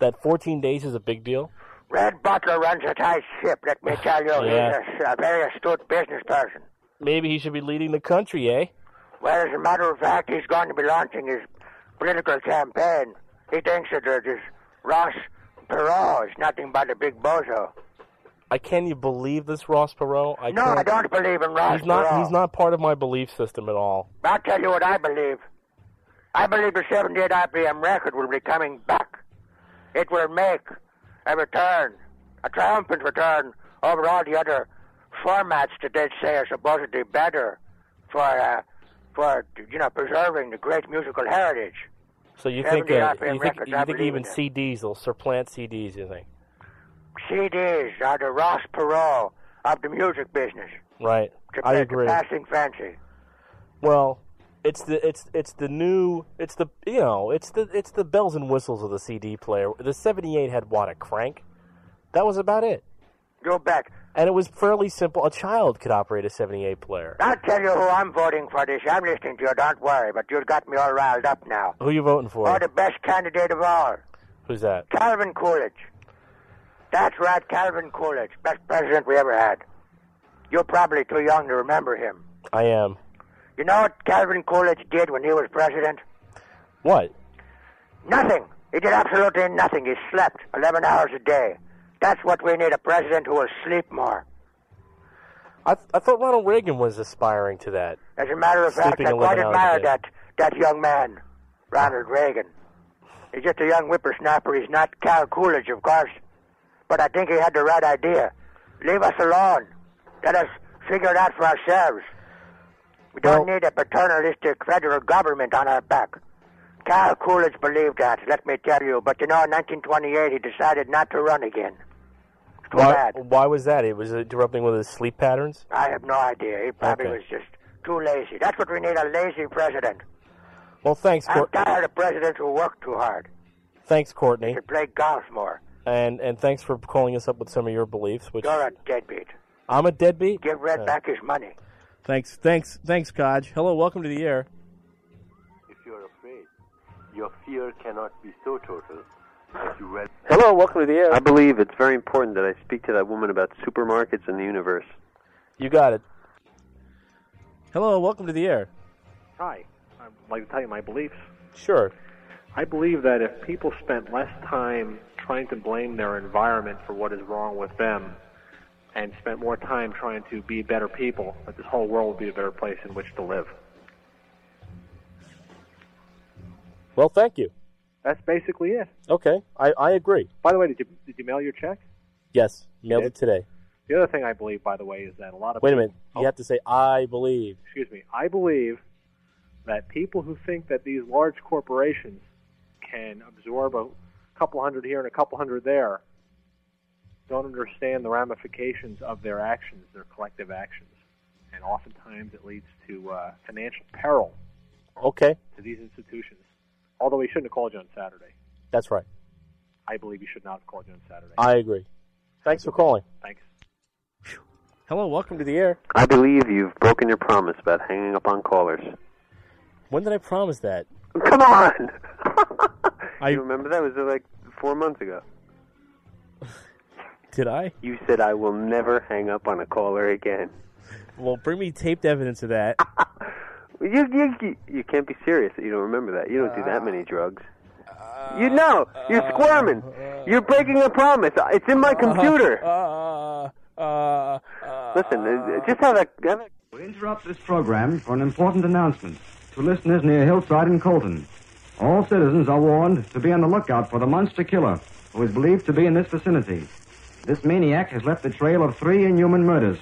[SPEAKER 13] that 14 days is a big deal?
[SPEAKER 24] Red Butler runs a tight ship, let me tell you.
[SPEAKER 13] Yeah.
[SPEAKER 24] He's a, a very astute business person.
[SPEAKER 13] Maybe he should be leading the country, eh?
[SPEAKER 24] Well, as a matter of fact, he's going to be launching his political campaign. He thinks that uh, this Ross Perot is nothing but a big bozo.
[SPEAKER 13] I can you believe this Ross Perot? I
[SPEAKER 24] no,
[SPEAKER 13] can't.
[SPEAKER 24] I don't believe in Ross
[SPEAKER 13] He's not.
[SPEAKER 24] Perot.
[SPEAKER 13] He's not part of my belief system at all.
[SPEAKER 24] I'll tell you what I believe. I believe the 78 IBM record will be coming back. It will make a return, a triumphant return over all the other formats that they say are supposedly better for, uh, for you know, preserving the great musical heritage.
[SPEAKER 13] So you
[SPEAKER 24] Yeah,
[SPEAKER 13] think
[SPEAKER 24] but the
[SPEAKER 13] uh,
[SPEAKER 24] IBM
[SPEAKER 13] you think,
[SPEAKER 24] records,
[SPEAKER 13] you
[SPEAKER 24] I
[SPEAKER 13] think
[SPEAKER 24] believe
[SPEAKER 13] even
[SPEAKER 24] in it.
[SPEAKER 13] CDs will supplant CDs? You think?
[SPEAKER 24] CDs are the Ross Perot of the music business.
[SPEAKER 13] Right.
[SPEAKER 24] To
[SPEAKER 13] I
[SPEAKER 24] pa- to
[SPEAKER 13] agree.
[SPEAKER 24] Passing fancy.
[SPEAKER 13] Well, it's the it's it's the new it's the you know it's the it's the bells and whistles of the CD player. The '78 had what a crank. That was about it.
[SPEAKER 24] Go back.
[SPEAKER 13] And it was fairly simple. A child could operate a '78 player.
[SPEAKER 24] I'll tell you who I'm voting for this. I'm listening to you, don't worry, but you've got me all riled up now.
[SPEAKER 13] Who you voting for?
[SPEAKER 24] Or the best candidate of all,
[SPEAKER 13] Who's that?
[SPEAKER 24] Calvin Coolidge. That's right, Calvin Coolidge, best president we ever had. You're probably too young to remember him.
[SPEAKER 13] I am.
[SPEAKER 24] You know what Calvin Coolidge did when he was president?
[SPEAKER 13] What?
[SPEAKER 24] Nothing. He did absolutely nothing. He slept 11 hours a day. That's what we need a president who will sleep more.
[SPEAKER 13] I I thought Ronald Reagan was aspiring to that.
[SPEAKER 24] As a matter of fact,
[SPEAKER 13] Sleeping
[SPEAKER 24] I
[SPEAKER 13] 11
[SPEAKER 24] quite
[SPEAKER 13] hours a
[SPEAKER 24] admire
[SPEAKER 13] day.
[SPEAKER 24] that, that young man, Ronald Reagan. He's just a young whippersnapper. He's not Cal Coolidge, of course. But I think he had the right idea. Leave us alone. Let us figure it out for ourselves.
[SPEAKER 2] We don't need a paternalistic federal government on our back. Cal Coolidge believed that, let me tell you. But you know, in 1928, he decided not to run again.
[SPEAKER 20] Why, why was that? It was uh, interrupting with his sleep patterns.
[SPEAKER 2] I have no idea. He probably
[SPEAKER 20] Okay.
[SPEAKER 2] was just too lazy. That's what we need a lazy president.
[SPEAKER 20] Well, thanks,
[SPEAKER 2] I'm
[SPEAKER 23] Uh,
[SPEAKER 20] Cour-
[SPEAKER 2] tired of presidents who work too hard.
[SPEAKER 20] thanks,
[SPEAKER 13] Eh?
[SPEAKER 20] Courtney,
[SPEAKER 2] Should play golf more.
[SPEAKER 20] and and thanks for calling us up with some of your beliefs. Which
[SPEAKER 2] You're a deadbeat.
[SPEAKER 20] I'm a deadbeat.
[SPEAKER 2] Give Red
[SPEAKER 20] Uh,
[SPEAKER 2] back his money.
[SPEAKER 13] Thanks, thanks, thanks, Codge. Hello, welcome to the air.
[SPEAKER 4] If you're afraid, your fear cannot be so total that you will.
[SPEAKER 23] Hello, welcome to the air. I believe it's very important that I speak to that woman about supermarkets and the universe.
[SPEAKER 20] You got it.
[SPEAKER 13] Hello, welcome to the air.
[SPEAKER 25] Hi. I'd like to tell you my beliefs.
[SPEAKER 20] Sure.
[SPEAKER 25] I believe that if people spent less time trying to blame their environment for what is wrong with them and spent more time trying to be better people, that this whole world would be a better place in which to live.
[SPEAKER 20] Well, thank you.
[SPEAKER 25] That's basically it.
[SPEAKER 20] Okay, I, I agree.
[SPEAKER 25] By the way, did you did you mail your check?
[SPEAKER 20] Yes, mailed it today.
[SPEAKER 25] The other thing I believe, by the way, is that a lot of
[SPEAKER 20] Wait a minute.
[SPEAKER 25] Oh.
[SPEAKER 20] You have to say I believe.
[SPEAKER 25] excuse me, I believe that people who think that these large corporations can absorb a couple hundred here and a couple hundred there don't understand the ramifications of their actions, their collective actions. And oftentimes it leads to uh, financial peril
[SPEAKER 20] Okay,
[SPEAKER 25] to these institutions. Although we shouldn't have called you on Saturday.
[SPEAKER 20] that's right.
[SPEAKER 25] I believe you should not have called you on Saturday.
[SPEAKER 20] I agree. Thanks for calling.
[SPEAKER 25] Thanks.
[SPEAKER 13] Hello, welcome to the air.
[SPEAKER 23] I believe you've broken your promise about hanging up on callers.
[SPEAKER 13] When did I promise that?
[SPEAKER 23] Come on!
[SPEAKER 13] I
[SPEAKER 23] you remember that was uh, like four months ago.
[SPEAKER 13] did I?
[SPEAKER 23] You said I will never hang up on a caller again.
[SPEAKER 13] Well, bring me taped evidence of that.
[SPEAKER 23] You you you, you can't be serious that you don't remember that. You don't do that many drugs. you
[SPEAKER 13] Uh,
[SPEAKER 23] know, you're squirming. you're breaking a promise. It's in
[SPEAKER 13] Uh,
[SPEAKER 23] my computer. Listen, uh, just have a, have a
[SPEAKER 9] We interrupt this program for an important announcement to listeners near Hillside and Colton. All citizens are warned to be on the lookout for the monster killer who is believed to be in this vicinity. This maniac has left a trail of three inhuman murders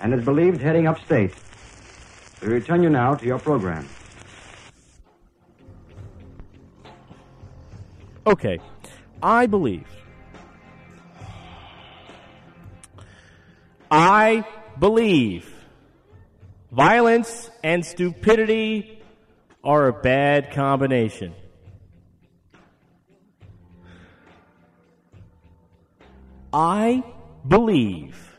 [SPEAKER 9] and is believed heading upstate. We return you now to your program.
[SPEAKER 13] Okay, I believe. I believe violence and stupidity are a bad combination. I believe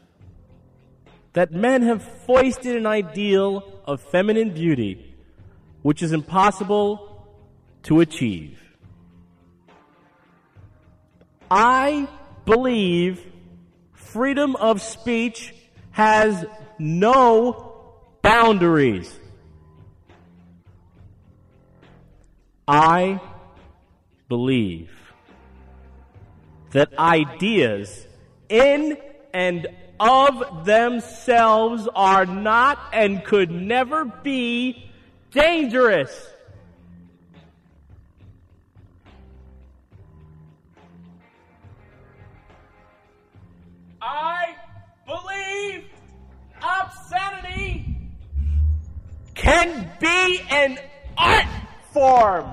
[SPEAKER 13] that men have foisted an ideal of feminine beauty which is impossible to achieve. I believe freedom of speech has no boundaries. I believe that ideas in and of themselves are not and could never be dangerous.
[SPEAKER 26] I believe obscenity
[SPEAKER 13] can be an art form.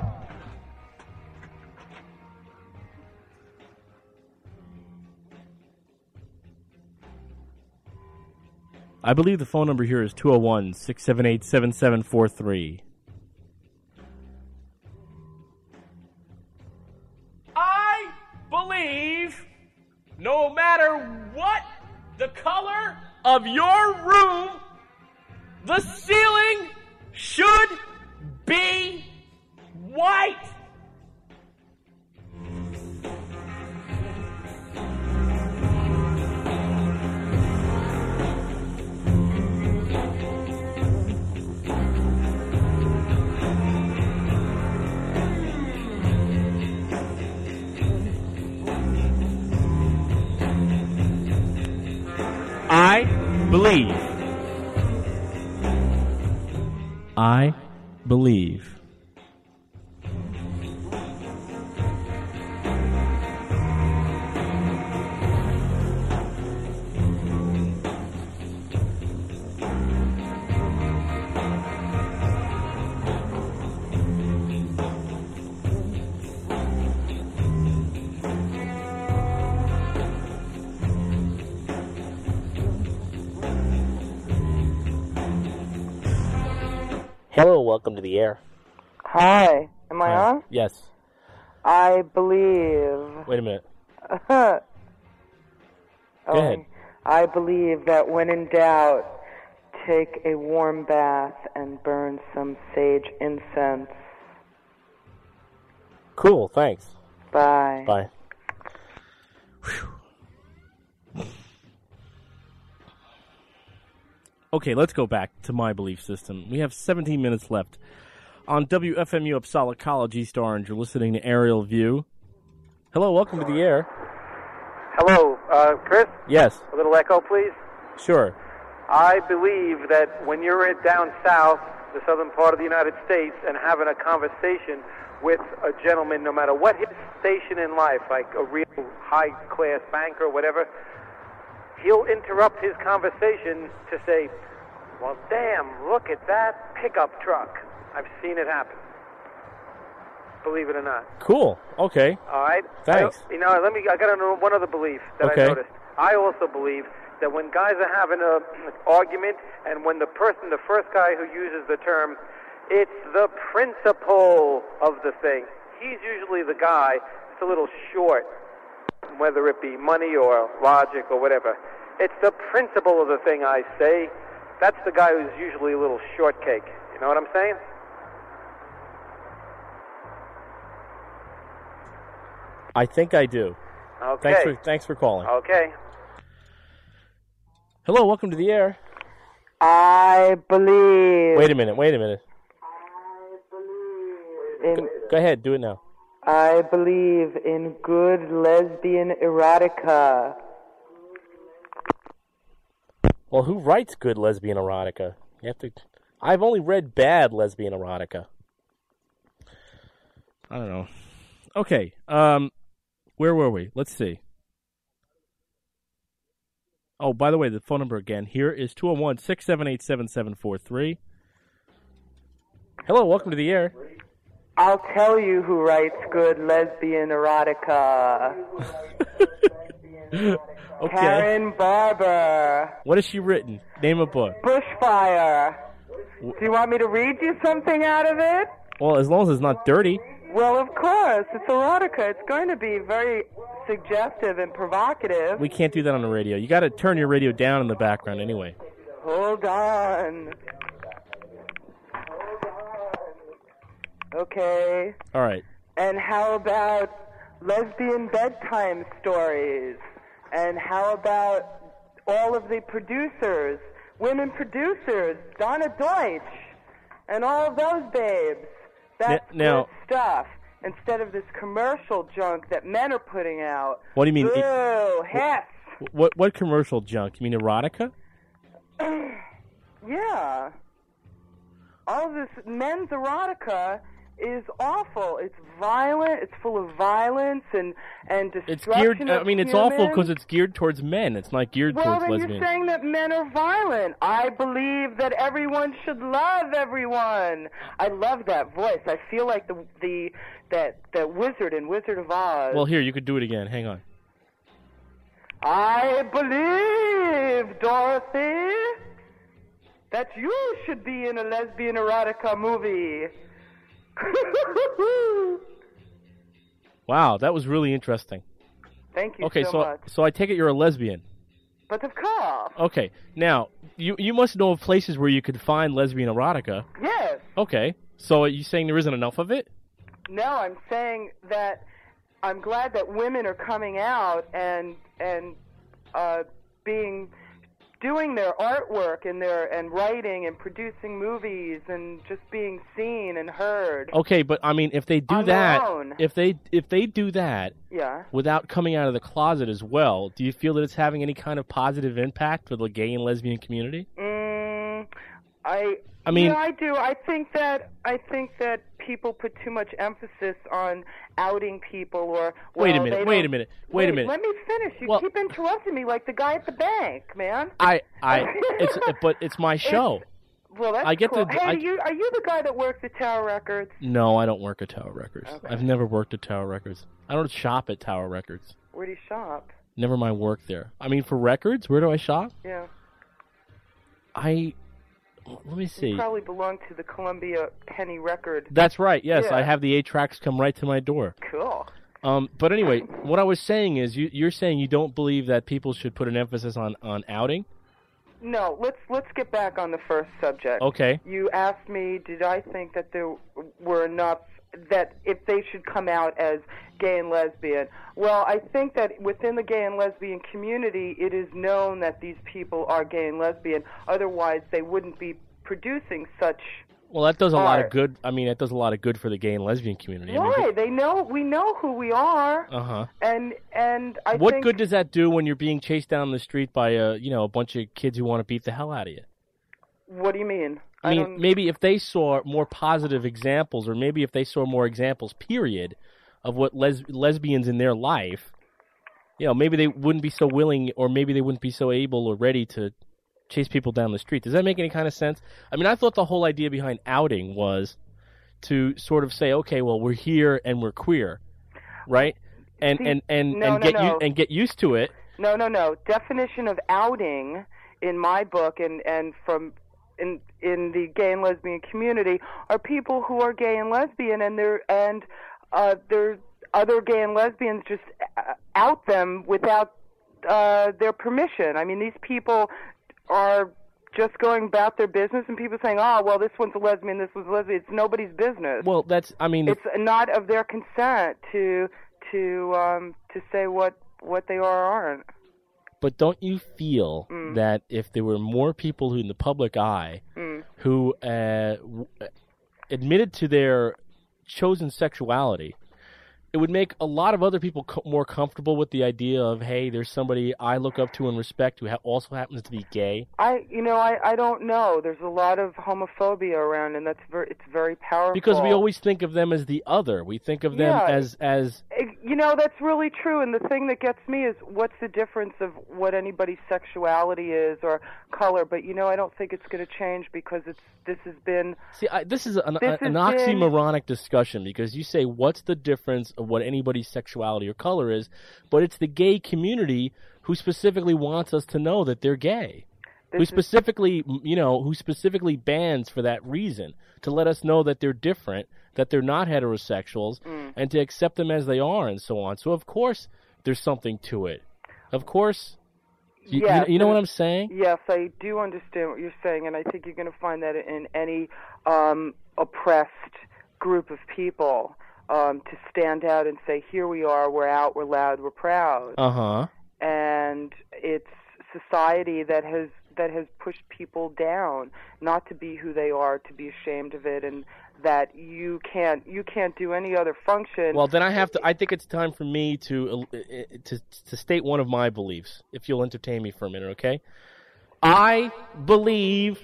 [SPEAKER 13] I believe the phone number here is 201 678 7743.
[SPEAKER 26] I believe no matter what the color of your room, the ceiling should be white.
[SPEAKER 13] I believe. I believe.
[SPEAKER 20] Hello, welcome to the air.
[SPEAKER 27] Hi, am I on?
[SPEAKER 20] Yes.
[SPEAKER 27] I believe.
[SPEAKER 13] Wait a minute.
[SPEAKER 27] Go Oh.
[SPEAKER 13] Go ahead.
[SPEAKER 27] I believe that when in doubt, take a warm bath and burn some sage incense.
[SPEAKER 20] Cool, thanks.
[SPEAKER 27] Bye.
[SPEAKER 20] Bye.
[SPEAKER 13] Okay, let's go back to my belief system. We have 17 minutes left. On WFMU Upsolocology Star, and you're listening to Aerial View. Hello, welcome to the air.
[SPEAKER 28] Hello, uh, Chris?
[SPEAKER 13] Yes,
[SPEAKER 28] A little echo, please.
[SPEAKER 13] sure.
[SPEAKER 28] I believe that when you're in down south, the southern part of the United States, and having a conversation with a gentleman, no matter what his station in life, like a real high class banker or whatever, he'll interrupt his conversation to say, Well, damn, look at that pickup truck. I've seen it happen. Believe it or not.
[SPEAKER 13] Cool. Okay.
[SPEAKER 28] All right.
[SPEAKER 13] Thanks.
[SPEAKER 28] I, you know, let me. I got another- one other belief that
[SPEAKER 13] Okay.
[SPEAKER 28] I noticed. I also believe that when guys are having a an argument, and when the person, the first guy who uses the term, it's the principle of the thing. He's usually the guy that's a little short, whether it be money or logic or whatever. It's the principle of the thing. I say, that's the guy who's usually a little shortcake. You know what I'm saying?
[SPEAKER 13] I think I do.
[SPEAKER 28] Okay.
[SPEAKER 13] Thanks for thanks for calling.
[SPEAKER 28] Okay.
[SPEAKER 13] Hello, welcome to the air.
[SPEAKER 27] I believe.
[SPEAKER 13] Wait a minute. Wait a minute.
[SPEAKER 27] In,
[SPEAKER 13] Go ahead. Do it now.
[SPEAKER 27] I believe in good lesbian erotica.
[SPEAKER 20] Well, who writes good lesbian erotica? You have to. I've only read bad lesbian erotica.
[SPEAKER 13] I don't know. Okay. Um, where were we? Let's see. Oh, by the way, the phone number again here is 201 678 7743. Hello, welcome to the air.
[SPEAKER 27] I'll tell you who writes good lesbian erotica.
[SPEAKER 13] Okay.
[SPEAKER 27] Karen Barber.
[SPEAKER 13] What has she written? Name a book.
[SPEAKER 27] Bushfire. Do you want me to read you something out of it?
[SPEAKER 13] Well, as long as it's not dirty.
[SPEAKER 27] Well, of course. It's erotica. It's going to be very suggestive and provocative.
[SPEAKER 13] We can't do that on the radio. You got to turn your radio down in the background anyway.
[SPEAKER 27] Hold on. Okay.
[SPEAKER 13] All right.
[SPEAKER 27] And how about lesbian bedtime stories? And how about all of the producers, women producers, Donna Deutsch, and all of those babes? That's
[SPEAKER 13] N- now-
[SPEAKER 27] good stuff. Instead of this commercial junk that men are putting out.
[SPEAKER 13] What do you mean?
[SPEAKER 27] Boo,
[SPEAKER 13] It-
[SPEAKER 27] heck.
[SPEAKER 13] What what commercial junk? You mean erotica?
[SPEAKER 27] yeah. All this men's erotica is awful. It's violent. It's full of violence and and
[SPEAKER 13] It's
[SPEAKER 27] destruction.
[SPEAKER 13] geared. I
[SPEAKER 27] of
[SPEAKER 13] mean, it's awful
[SPEAKER 27] humans.
[SPEAKER 13] because it's geared towards men. It's not geared
[SPEAKER 27] well,
[SPEAKER 13] towards
[SPEAKER 27] then
[SPEAKER 13] lesbians.
[SPEAKER 27] you're saying that men are violent. I believe that everyone should love everyone. I love that voice. I feel like the the that that wizard in Wizard of Oz.
[SPEAKER 13] Well, here you could do it again. Hang on.
[SPEAKER 27] I believe, Dorothy, that you should be in a lesbian erotica movie.
[SPEAKER 13] Wow, that was really interesting.
[SPEAKER 27] Thank you
[SPEAKER 13] okay,
[SPEAKER 27] so,
[SPEAKER 13] so
[SPEAKER 27] much.
[SPEAKER 13] so I take it you're a lesbian.
[SPEAKER 27] But of course,
[SPEAKER 13] Okay, now you you must know of places where you could find lesbian erotica.
[SPEAKER 27] yes.
[SPEAKER 13] Okay, so are you saying there isn't enough of it?
[SPEAKER 27] No, I'm saying that I'm glad that women are coming out and and uh, being doing their artwork and their and writing and producing movies and just being seen and heard.
[SPEAKER 13] Okay, but I mean, if they do
[SPEAKER 27] On their
[SPEAKER 13] that,
[SPEAKER 27] own.
[SPEAKER 13] if they if they do that
[SPEAKER 27] Yeah.
[SPEAKER 13] without coming out of the closet as well, do you feel that it's having any kind of positive impact for the gay and lesbian community?
[SPEAKER 27] Mm, I.
[SPEAKER 13] I mean-
[SPEAKER 27] yeah, I do. I think that I think that people put too much emphasis on outing people or. Well,
[SPEAKER 13] Wait a minute,
[SPEAKER 27] they
[SPEAKER 13] wait a
[SPEAKER 27] don't-
[SPEAKER 13] minute, wait a minute.
[SPEAKER 27] Let me finish. You
[SPEAKER 13] Well-
[SPEAKER 27] keep interrupting me like the guy at the bank, man.
[SPEAKER 13] I I it's but it's my show.
[SPEAKER 27] Well, that's
[SPEAKER 13] I get
[SPEAKER 27] cool.
[SPEAKER 13] the-
[SPEAKER 27] Hey,
[SPEAKER 13] I-
[SPEAKER 27] are you are you the guy that works at Tower Records?
[SPEAKER 13] No, I don't work at Tower Records. I've never worked at Tower Records. I don't shop at Tower Records.
[SPEAKER 27] Where do you shop?
[SPEAKER 13] Never mind work there. I mean, for records, where do I shop?
[SPEAKER 27] Yeah.
[SPEAKER 13] I Let me see.
[SPEAKER 27] You probably belong to the Columbia Penny Record.
[SPEAKER 13] That's right. Yes,
[SPEAKER 27] Yeah.
[SPEAKER 13] I have the eight tracks come right to my door.
[SPEAKER 27] Cool.
[SPEAKER 13] Um, but anyway, what I was saying is, you, you're saying you don't believe that people should put an emphasis on on outing.
[SPEAKER 27] No, let's let's get back on the first subject.
[SPEAKER 13] Okay.
[SPEAKER 27] You asked me, did I think that there were enough that if they should come out as gay and lesbian? Well, I think that within the gay and lesbian community, it is known that these people are gay and lesbian. Otherwise, they wouldn't be producing such.
[SPEAKER 13] Well, that does a lot of
[SPEAKER 27] Art.
[SPEAKER 13] good. I mean, that does a lot of good for the gay and lesbian community.
[SPEAKER 27] Why? They know we know who we are,
[SPEAKER 13] Uh huh.
[SPEAKER 27] and and I
[SPEAKER 13] What
[SPEAKER 27] think
[SPEAKER 13] good does that do when you're being chased down the street by a you know a bunch of kids who want to beat the hell out of you?
[SPEAKER 27] what do you mean?
[SPEAKER 13] I mean, maybe if they saw more positive examples, or maybe if they saw more examples, period, of what les- lesbians in their life, you know, maybe they wouldn't be so willing, or maybe they wouldn't be so able or ready to chase people down the street. Does that make any kind of sense? I mean, I thought the whole idea behind outing was to sort of say, okay, well, we're here and we're queer, right? And
[SPEAKER 27] See,
[SPEAKER 13] and and and
[SPEAKER 27] no, no,
[SPEAKER 13] get
[SPEAKER 27] no.
[SPEAKER 13] you and get used to it.
[SPEAKER 27] No, no, no. Definition of outing in my book and, and from in in the gay and lesbian community are people who are gay and lesbian and they're and uh there's other gay and lesbians just uh, out them without uh their permission. I mean, these people are just going about their business and people saying, "Oh, well, this one's a lesbian, this one's a lesbian." It's nobody's business.
[SPEAKER 13] Well, that's I mean,
[SPEAKER 27] it's not of their consent to to um to say what what they are or aren't.
[SPEAKER 13] But don't you feel
[SPEAKER 27] Mm.
[SPEAKER 13] that if there were more people who, in the public eye
[SPEAKER 27] Mm.
[SPEAKER 13] who uh, w- admitted to their chosen sexuality, it would make a lot of other people co- more comfortable with the idea of, hey, there's somebody I look up to and respect who ha- also happens to be gay.
[SPEAKER 27] I, you know, I, I don't know. There's a lot of homophobia around, and that's very, it's very powerful.
[SPEAKER 13] Because we always think of them as the other. We think of them
[SPEAKER 27] Yeah.
[SPEAKER 13] as as
[SPEAKER 27] Eh, you know, that's really true. And the thing that gets me is what's the difference of what anybody's sexuality is or color. But you know, I don't think it's going to change because it's this has been.
[SPEAKER 13] See, I, this is an,
[SPEAKER 27] This
[SPEAKER 13] an
[SPEAKER 27] has been-
[SPEAKER 13] oxymoronic discussion because you say what's the difference of what anybody's sexuality or color is, but it's the gay community who specifically wants us to know that they're gay. who
[SPEAKER 27] This is-
[SPEAKER 13] specifically, you know, who specifically bans for that reason to let us know that they're different, that they're not heterosexuals,
[SPEAKER 27] Mm.
[SPEAKER 13] and to accept them as they are, and so on. So of course, there's something to it. Of course, you, you
[SPEAKER 27] Yes,
[SPEAKER 13] know- you know
[SPEAKER 27] and-
[SPEAKER 13] what I'm saying?
[SPEAKER 27] Yes, I do understand what you're saying, and I think you're going to find that in any um, oppressed group of people um, to stand out and say, "Here we are. We're out. We're loud. We're proud."
[SPEAKER 13] Uh huh.
[SPEAKER 27] and it's society that has that has pushed people down not to be who they are to be ashamed of it and that you can't you can't do any other function
[SPEAKER 13] Well, then I have to. I think it's time for me to uh, to to state one of my beliefs. If you'll entertain me for a minute, okay? I believe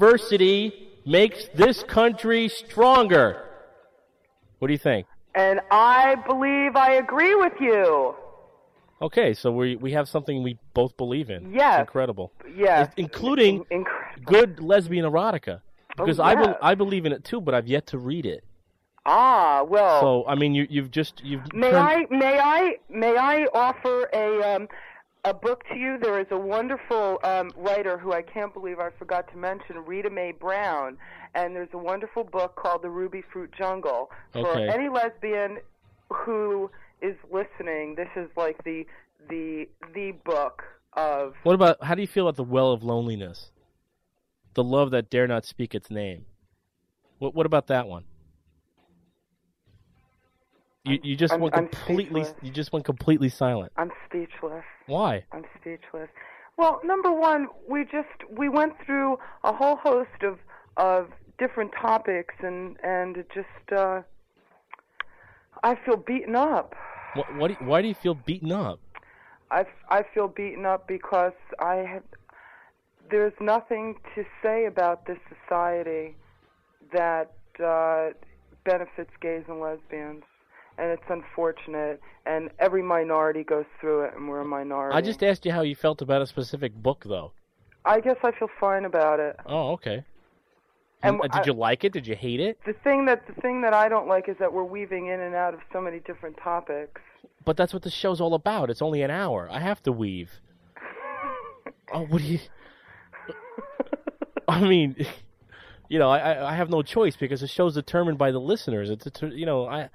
[SPEAKER 13] diversity makes this country stronger. What do you think?
[SPEAKER 27] and i believe i agree with you
[SPEAKER 13] Okay, so we we have something we both believe in.
[SPEAKER 27] Yes.
[SPEAKER 13] incredible.
[SPEAKER 27] yes
[SPEAKER 13] including good lesbian erotica.
[SPEAKER 27] Oh,
[SPEAKER 13] Because I bel
[SPEAKER 27] yes.
[SPEAKER 13] I believe in it too, but I've yet to read it.
[SPEAKER 27] ah well
[SPEAKER 13] So I mean, you you've just you've
[SPEAKER 27] May
[SPEAKER 13] turned-
[SPEAKER 27] I may I may I offer a um, a book to you? There is a wonderful um, writer who I can't believe I forgot to mention, Rita Mae Brown, and there's a wonderful book called The Ruby Fruit Jungle. For
[SPEAKER 29] Okay.
[SPEAKER 27] any lesbian who is listening, this is like the the the book of
[SPEAKER 13] What about how do you feel about the well of loneliness? The love that dare not speak its name. What what about that one? You you just
[SPEAKER 27] I'm-
[SPEAKER 13] went
[SPEAKER 27] I'm
[SPEAKER 13] completely
[SPEAKER 27] speechless.
[SPEAKER 13] you just went completely silent.
[SPEAKER 27] I'm speechless.
[SPEAKER 13] Why?
[SPEAKER 27] I'm speechless. Well, number one, we just we went through a whole host of of different topics, and and it just uh, I feel beaten up.
[SPEAKER 13] What, what do you- why do you feel beaten up?
[SPEAKER 27] I I feel beaten up because I have there's nothing to say about this society that uh, benefits gays and lesbians, and it's unfortunate. And every minority goes through it, and we're a minority.
[SPEAKER 13] I just asked you how you felt about a specific book though.
[SPEAKER 27] I guess I feel fine about it.
[SPEAKER 13] Oh, okay.
[SPEAKER 27] And
[SPEAKER 13] And,
[SPEAKER 27] I-
[SPEAKER 13] did you like it? Did you hate it?
[SPEAKER 27] The thing that the thing that I don't like is that we're weaving in and out of so many different topics.
[SPEAKER 13] But that's what the show's all about. It's only an hour. I have to weave. Oh, what do you I mean, you know, I- I, I have no choice because the show's determined by the listeners. It's, deter- you know, I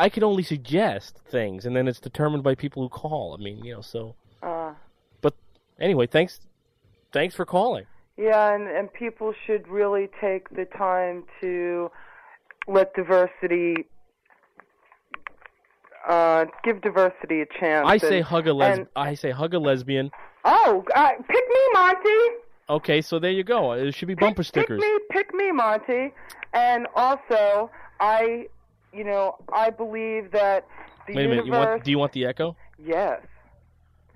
[SPEAKER 13] I can only suggest things, and then it's determined by people who call. I mean, you know, so.
[SPEAKER 27] Uh,
[SPEAKER 13] But anyway, thanks, thanks for calling.
[SPEAKER 27] yeah, and, and people should really take the time to let diversity. Uh, give diversity a chance.
[SPEAKER 13] I say
[SPEAKER 27] and-
[SPEAKER 13] hug a les-
[SPEAKER 27] and-
[SPEAKER 13] I say hug a lesbian.
[SPEAKER 27] oh, uh, pick me, Monty.
[SPEAKER 13] Okay, so there you go. It should be bumper stickers.
[SPEAKER 27] Pick me, pick me, Monty. And also, I, you know, I believe that the
[SPEAKER 13] Wait a minute.
[SPEAKER 27] universe.
[SPEAKER 13] You want? Do you want the echo?
[SPEAKER 27] yes,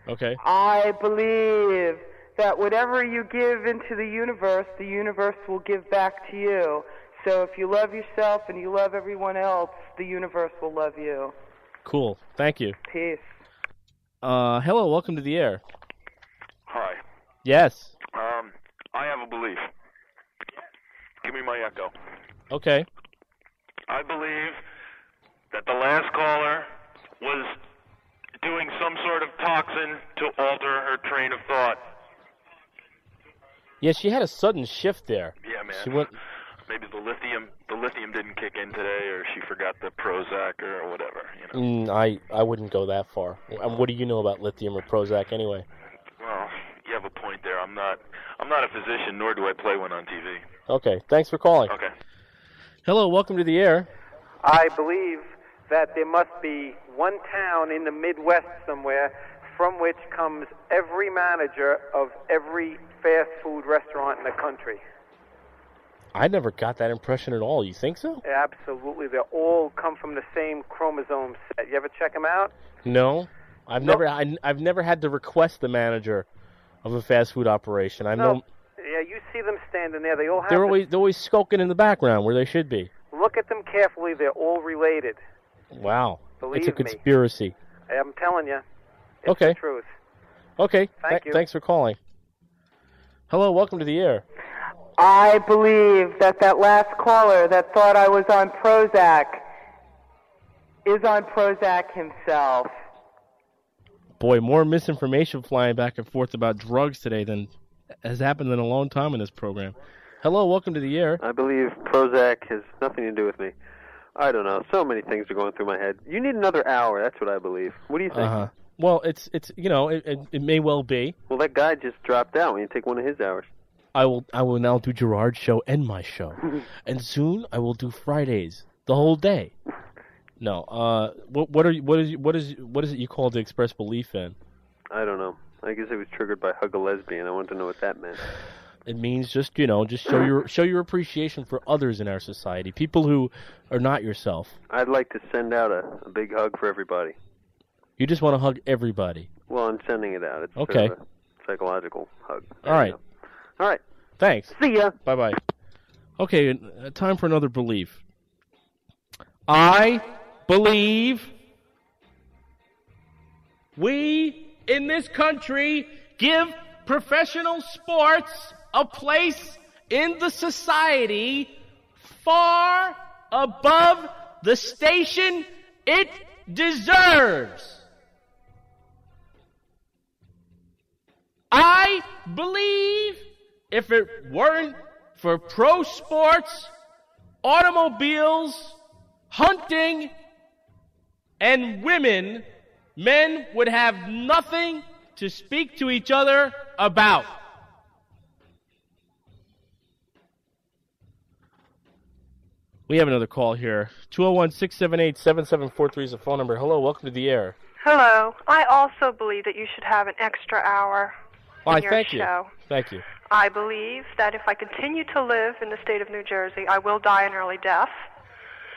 [SPEAKER 13] Okay.
[SPEAKER 27] I believe that whatever you give into the universe, the universe will give back to you. So if you love yourself and you love everyone else, the universe will love you.
[SPEAKER 13] Cool. Thank you.
[SPEAKER 27] Peace.
[SPEAKER 13] Uh, hello. Welcome to the air.
[SPEAKER 29] Hi.
[SPEAKER 13] Yes.
[SPEAKER 29] Um, I have a belief. Give me my echo.
[SPEAKER 13] Okay.
[SPEAKER 29] I believe that the last caller was doing some sort of toxin to alter her train of thought.
[SPEAKER 13] Yeah, she had a sudden shift there.
[SPEAKER 29] Yeah, man.
[SPEAKER 13] She went.
[SPEAKER 29] Maybe the lithium the lithium didn't kick in today or she forgot the Prozac or whatever, you know.
[SPEAKER 13] Mm, I I wouldn't go that far. And what do you know about lithium or Prozac anyway?
[SPEAKER 29] Well, you have a point there. I'm not I'm not a physician nor do I play one on TV.
[SPEAKER 13] Okay. Thanks for calling.
[SPEAKER 29] Okay.
[SPEAKER 13] Hello. Welcome to the air.
[SPEAKER 28] I believe that there must be one town in the Midwest somewhere from which comes every manager of every fast food restaurant in the country.
[SPEAKER 13] I never got that impression at all. You think so?
[SPEAKER 28] Absolutely. They all come from the same chromosome set. You ever check them out?
[SPEAKER 13] No. I've never I, I've never had to request the manager of a fast food operation. I know
[SPEAKER 28] Yeah, you see them standing there. They all have.
[SPEAKER 13] they're
[SPEAKER 28] the-
[SPEAKER 13] always they're always skulking in the background where they should be.
[SPEAKER 28] Look at them carefully. They're all related.
[SPEAKER 13] Wow. it's
[SPEAKER 28] Believe
[SPEAKER 13] a
[SPEAKER 28] me.
[SPEAKER 13] conspiracy.
[SPEAKER 28] I'm telling you. It's
[SPEAKER 13] Okay.
[SPEAKER 28] The truth.
[SPEAKER 13] Okay.
[SPEAKER 28] Thank
[SPEAKER 13] tha-
[SPEAKER 28] you.
[SPEAKER 13] Thanks for calling. Hello, welcome to the air.
[SPEAKER 27] I believe that that last caller that thought I was on Prozac is on Prozac himself.
[SPEAKER 13] Boy, more misinformation flying back and forth about drugs today than has happened in a long time in this program. Hello, welcome to the air.
[SPEAKER 23] I believe Prozac has nothing to do with me. I don't know. So many things are going through my head. You need another hour. That's what I believe. What do you think?
[SPEAKER 13] Uh-huh. Well, it's it's you know it, it, it may well be.
[SPEAKER 23] Well, that guy just dropped out. We need to take one of his hours.
[SPEAKER 13] I will I will now do Gerard's show and my show, and soon I will do Fridays the whole day. No, uh, what what are you, what is what is what is it you call to express belief in?
[SPEAKER 23] I don't know. I guess it was triggered by hug a lesbian. I wanted to know what that meant.
[SPEAKER 13] It means just you know just show your show your appreciation for others in our society, people who are not yourself.
[SPEAKER 23] I'd like to send out a, a big hug for everybody.
[SPEAKER 13] You just want to hug everybody.
[SPEAKER 23] Well, I'm sending it out. It's
[SPEAKER 13] Okay.
[SPEAKER 23] sort of a psychological hug.
[SPEAKER 13] All right,
[SPEAKER 23] All right.
[SPEAKER 13] thanks.
[SPEAKER 23] See ya.
[SPEAKER 13] Bye bye. Okay, uh, time for another belief. I believe
[SPEAKER 26] We in this country give professional sports a place in the society far above the station it deserves. I believe if it weren't for pro sports, automobiles, hunting, and women, men would have nothing to speak to each other about.
[SPEAKER 13] we have another call here. 201-678-7743 is the phone number. Hello, welcome to the air.
[SPEAKER 30] Hello. I also believe that you should have an extra hour
[SPEAKER 13] Why,
[SPEAKER 30] in your
[SPEAKER 13] thank
[SPEAKER 30] show.
[SPEAKER 13] you. Thank you.
[SPEAKER 30] I believe that if I continue to live in the state of New Jersey, I will die an early death.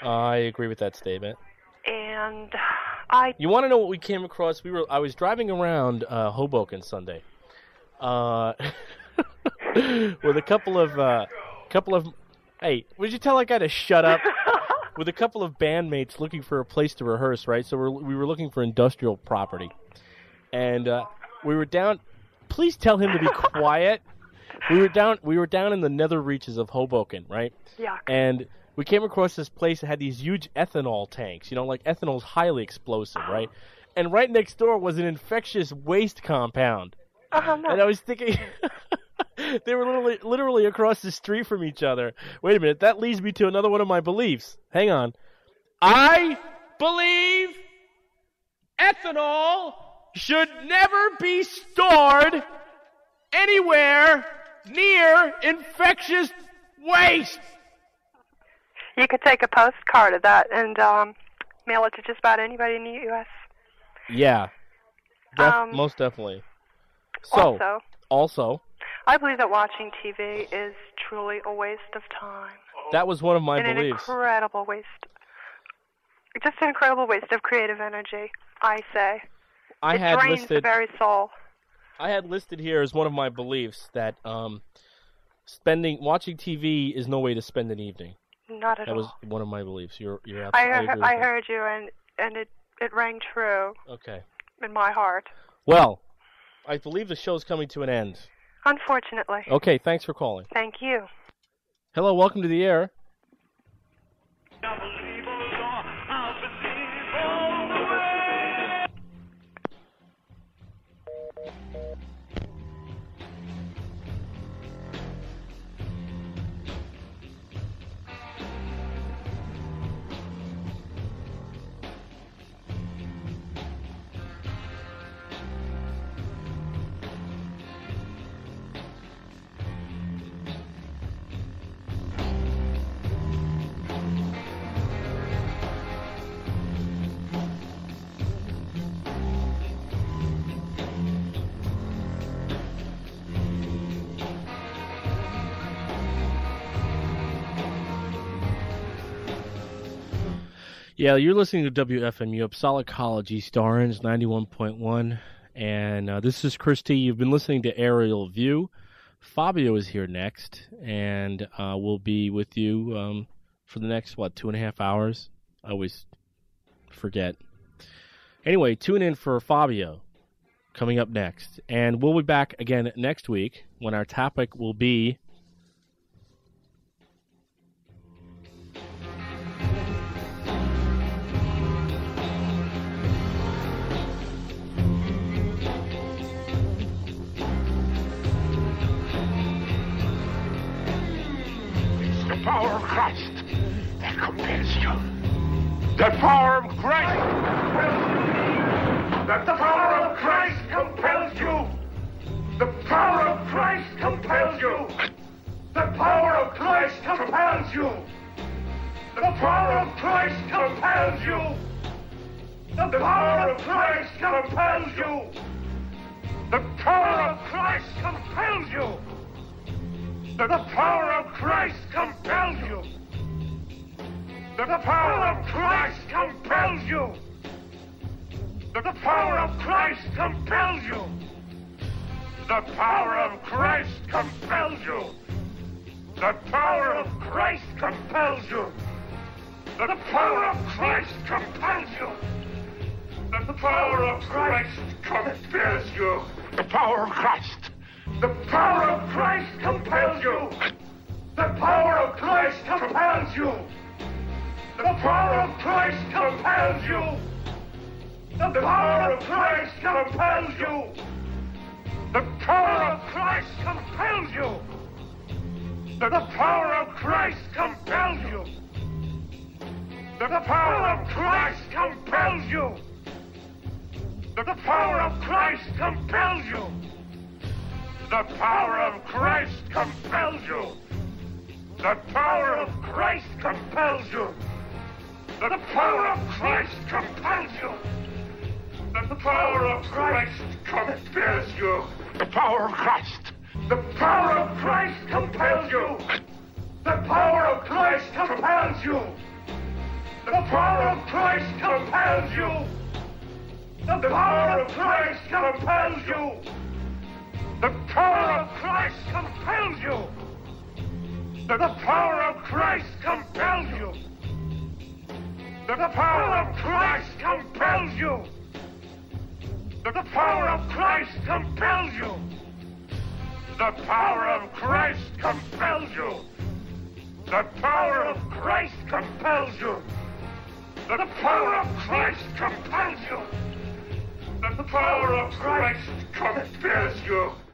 [SPEAKER 13] I agree with that statement.
[SPEAKER 30] And I
[SPEAKER 13] You want to know what we came across? We were I was driving around uh, Hoboken Sunday, uh, with a couple of uh, couple of hey, would you tell I got to shut up? with a couple of bandmates looking for a place to rehearse, right? So we're, we were looking for industrial property, and uh, we were down. Please tell him to be quiet. we were down. We were down in the nether reaches of Hoboken, right?
[SPEAKER 30] Yuck.
[SPEAKER 13] And we came across this place that had these huge ethanol tanks. You know, like ethanol's highly explosive, right? And right next door was an infectious waste compound.
[SPEAKER 30] Oh, no.
[SPEAKER 13] And I was thinking, they were literally literally across the street from each other. Wait a minute, that leads me to another one of my beliefs. Hang on. I believe ethanol should never be stored anywhere near infectious waste.
[SPEAKER 30] You could take a postcard of that and um, mail it to just about anybody in the U.S.
[SPEAKER 13] Yeah. Def-
[SPEAKER 30] Um,
[SPEAKER 13] most definitely. So,
[SPEAKER 30] also,
[SPEAKER 13] also,
[SPEAKER 30] I believe that watching TV is truly a waste of time
[SPEAKER 13] that was one of my
[SPEAKER 30] and an
[SPEAKER 13] beliefs.
[SPEAKER 30] incredible waste. Just an incredible waste of creative energy, I say.
[SPEAKER 13] I
[SPEAKER 30] it
[SPEAKER 13] had
[SPEAKER 30] drains the
[SPEAKER 13] listed
[SPEAKER 30] very soul.
[SPEAKER 13] I had listed here as one of my beliefs that um, spending watching TV is no way to spend an evening.
[SPEAKER 30] Not at
[SPEAKER 13] that
[SPEAKER 30] all.
[SPEAKER 13] was one of my beliefs. You're you're
[SPEAKER 30] I,
[SPEAKER 13] absolutely.
[SPEAKER 30] heard, I heard you, and and it it rang true
[SPEAKER 13] Okay.
[SPEAKER 30] in my heart.
[SPEAKER 13] Well, I believe the show's coming to an end.
[SPEAKER 30] Unfortunately.
[SPEAKER 13] Okay, thanks for calling.
[SPEAKER 30] Thank you.
[SPEAKER 13] Hello, welcome to the air. Yeah, you're listening to WFMU Upsolocology Starins 91.1. And uh, this is Christy. You've been listening to Aerial View. Fabio is here next, and uh, we'll be with you um, for the next, what, two and a half hours? I always forget. Anyway, tune in for Fabio coming up next. And we'll be back again next week when our topic will be.
[SPEAKER 31] The power of Christ that compels you. The power of Christ compels you. That the power of Christ compels you. The power of Christ compels you. The power of Christ compels you. The power of Christ compels you. The power of Christ compels you. The power of Christ compels you. The power of Christ compels you. The power of Christ compels you. The power of Christ compels you. The power of Christ compels you. The power of Christ compels you. The power of Christ compels you. The power of Christ compels you. The power of Christ. The power of Christ compels you. The power of Christ compels you. The power of Christ compels you. The power of Christ compels you. The power of Christ compels you. The power of Christ compels you. The power of Christ compels you. The power of Christ compels you. The power of Christ compels you. The power of Christ compels you. The power of Christ compels you. The power of Christ compels you. The power of Christ. The power of Christ compels you. The power of Christ compels you. The power of Christ compels you. The power of Christ compels you. The power of Christ compels you. The power of Christ compels you. The power of Christ compels you. The power of Christ compels you. The power of Christ compels you. The power of Christ compels you. The power of Christ compels you. The power of Christ compels you.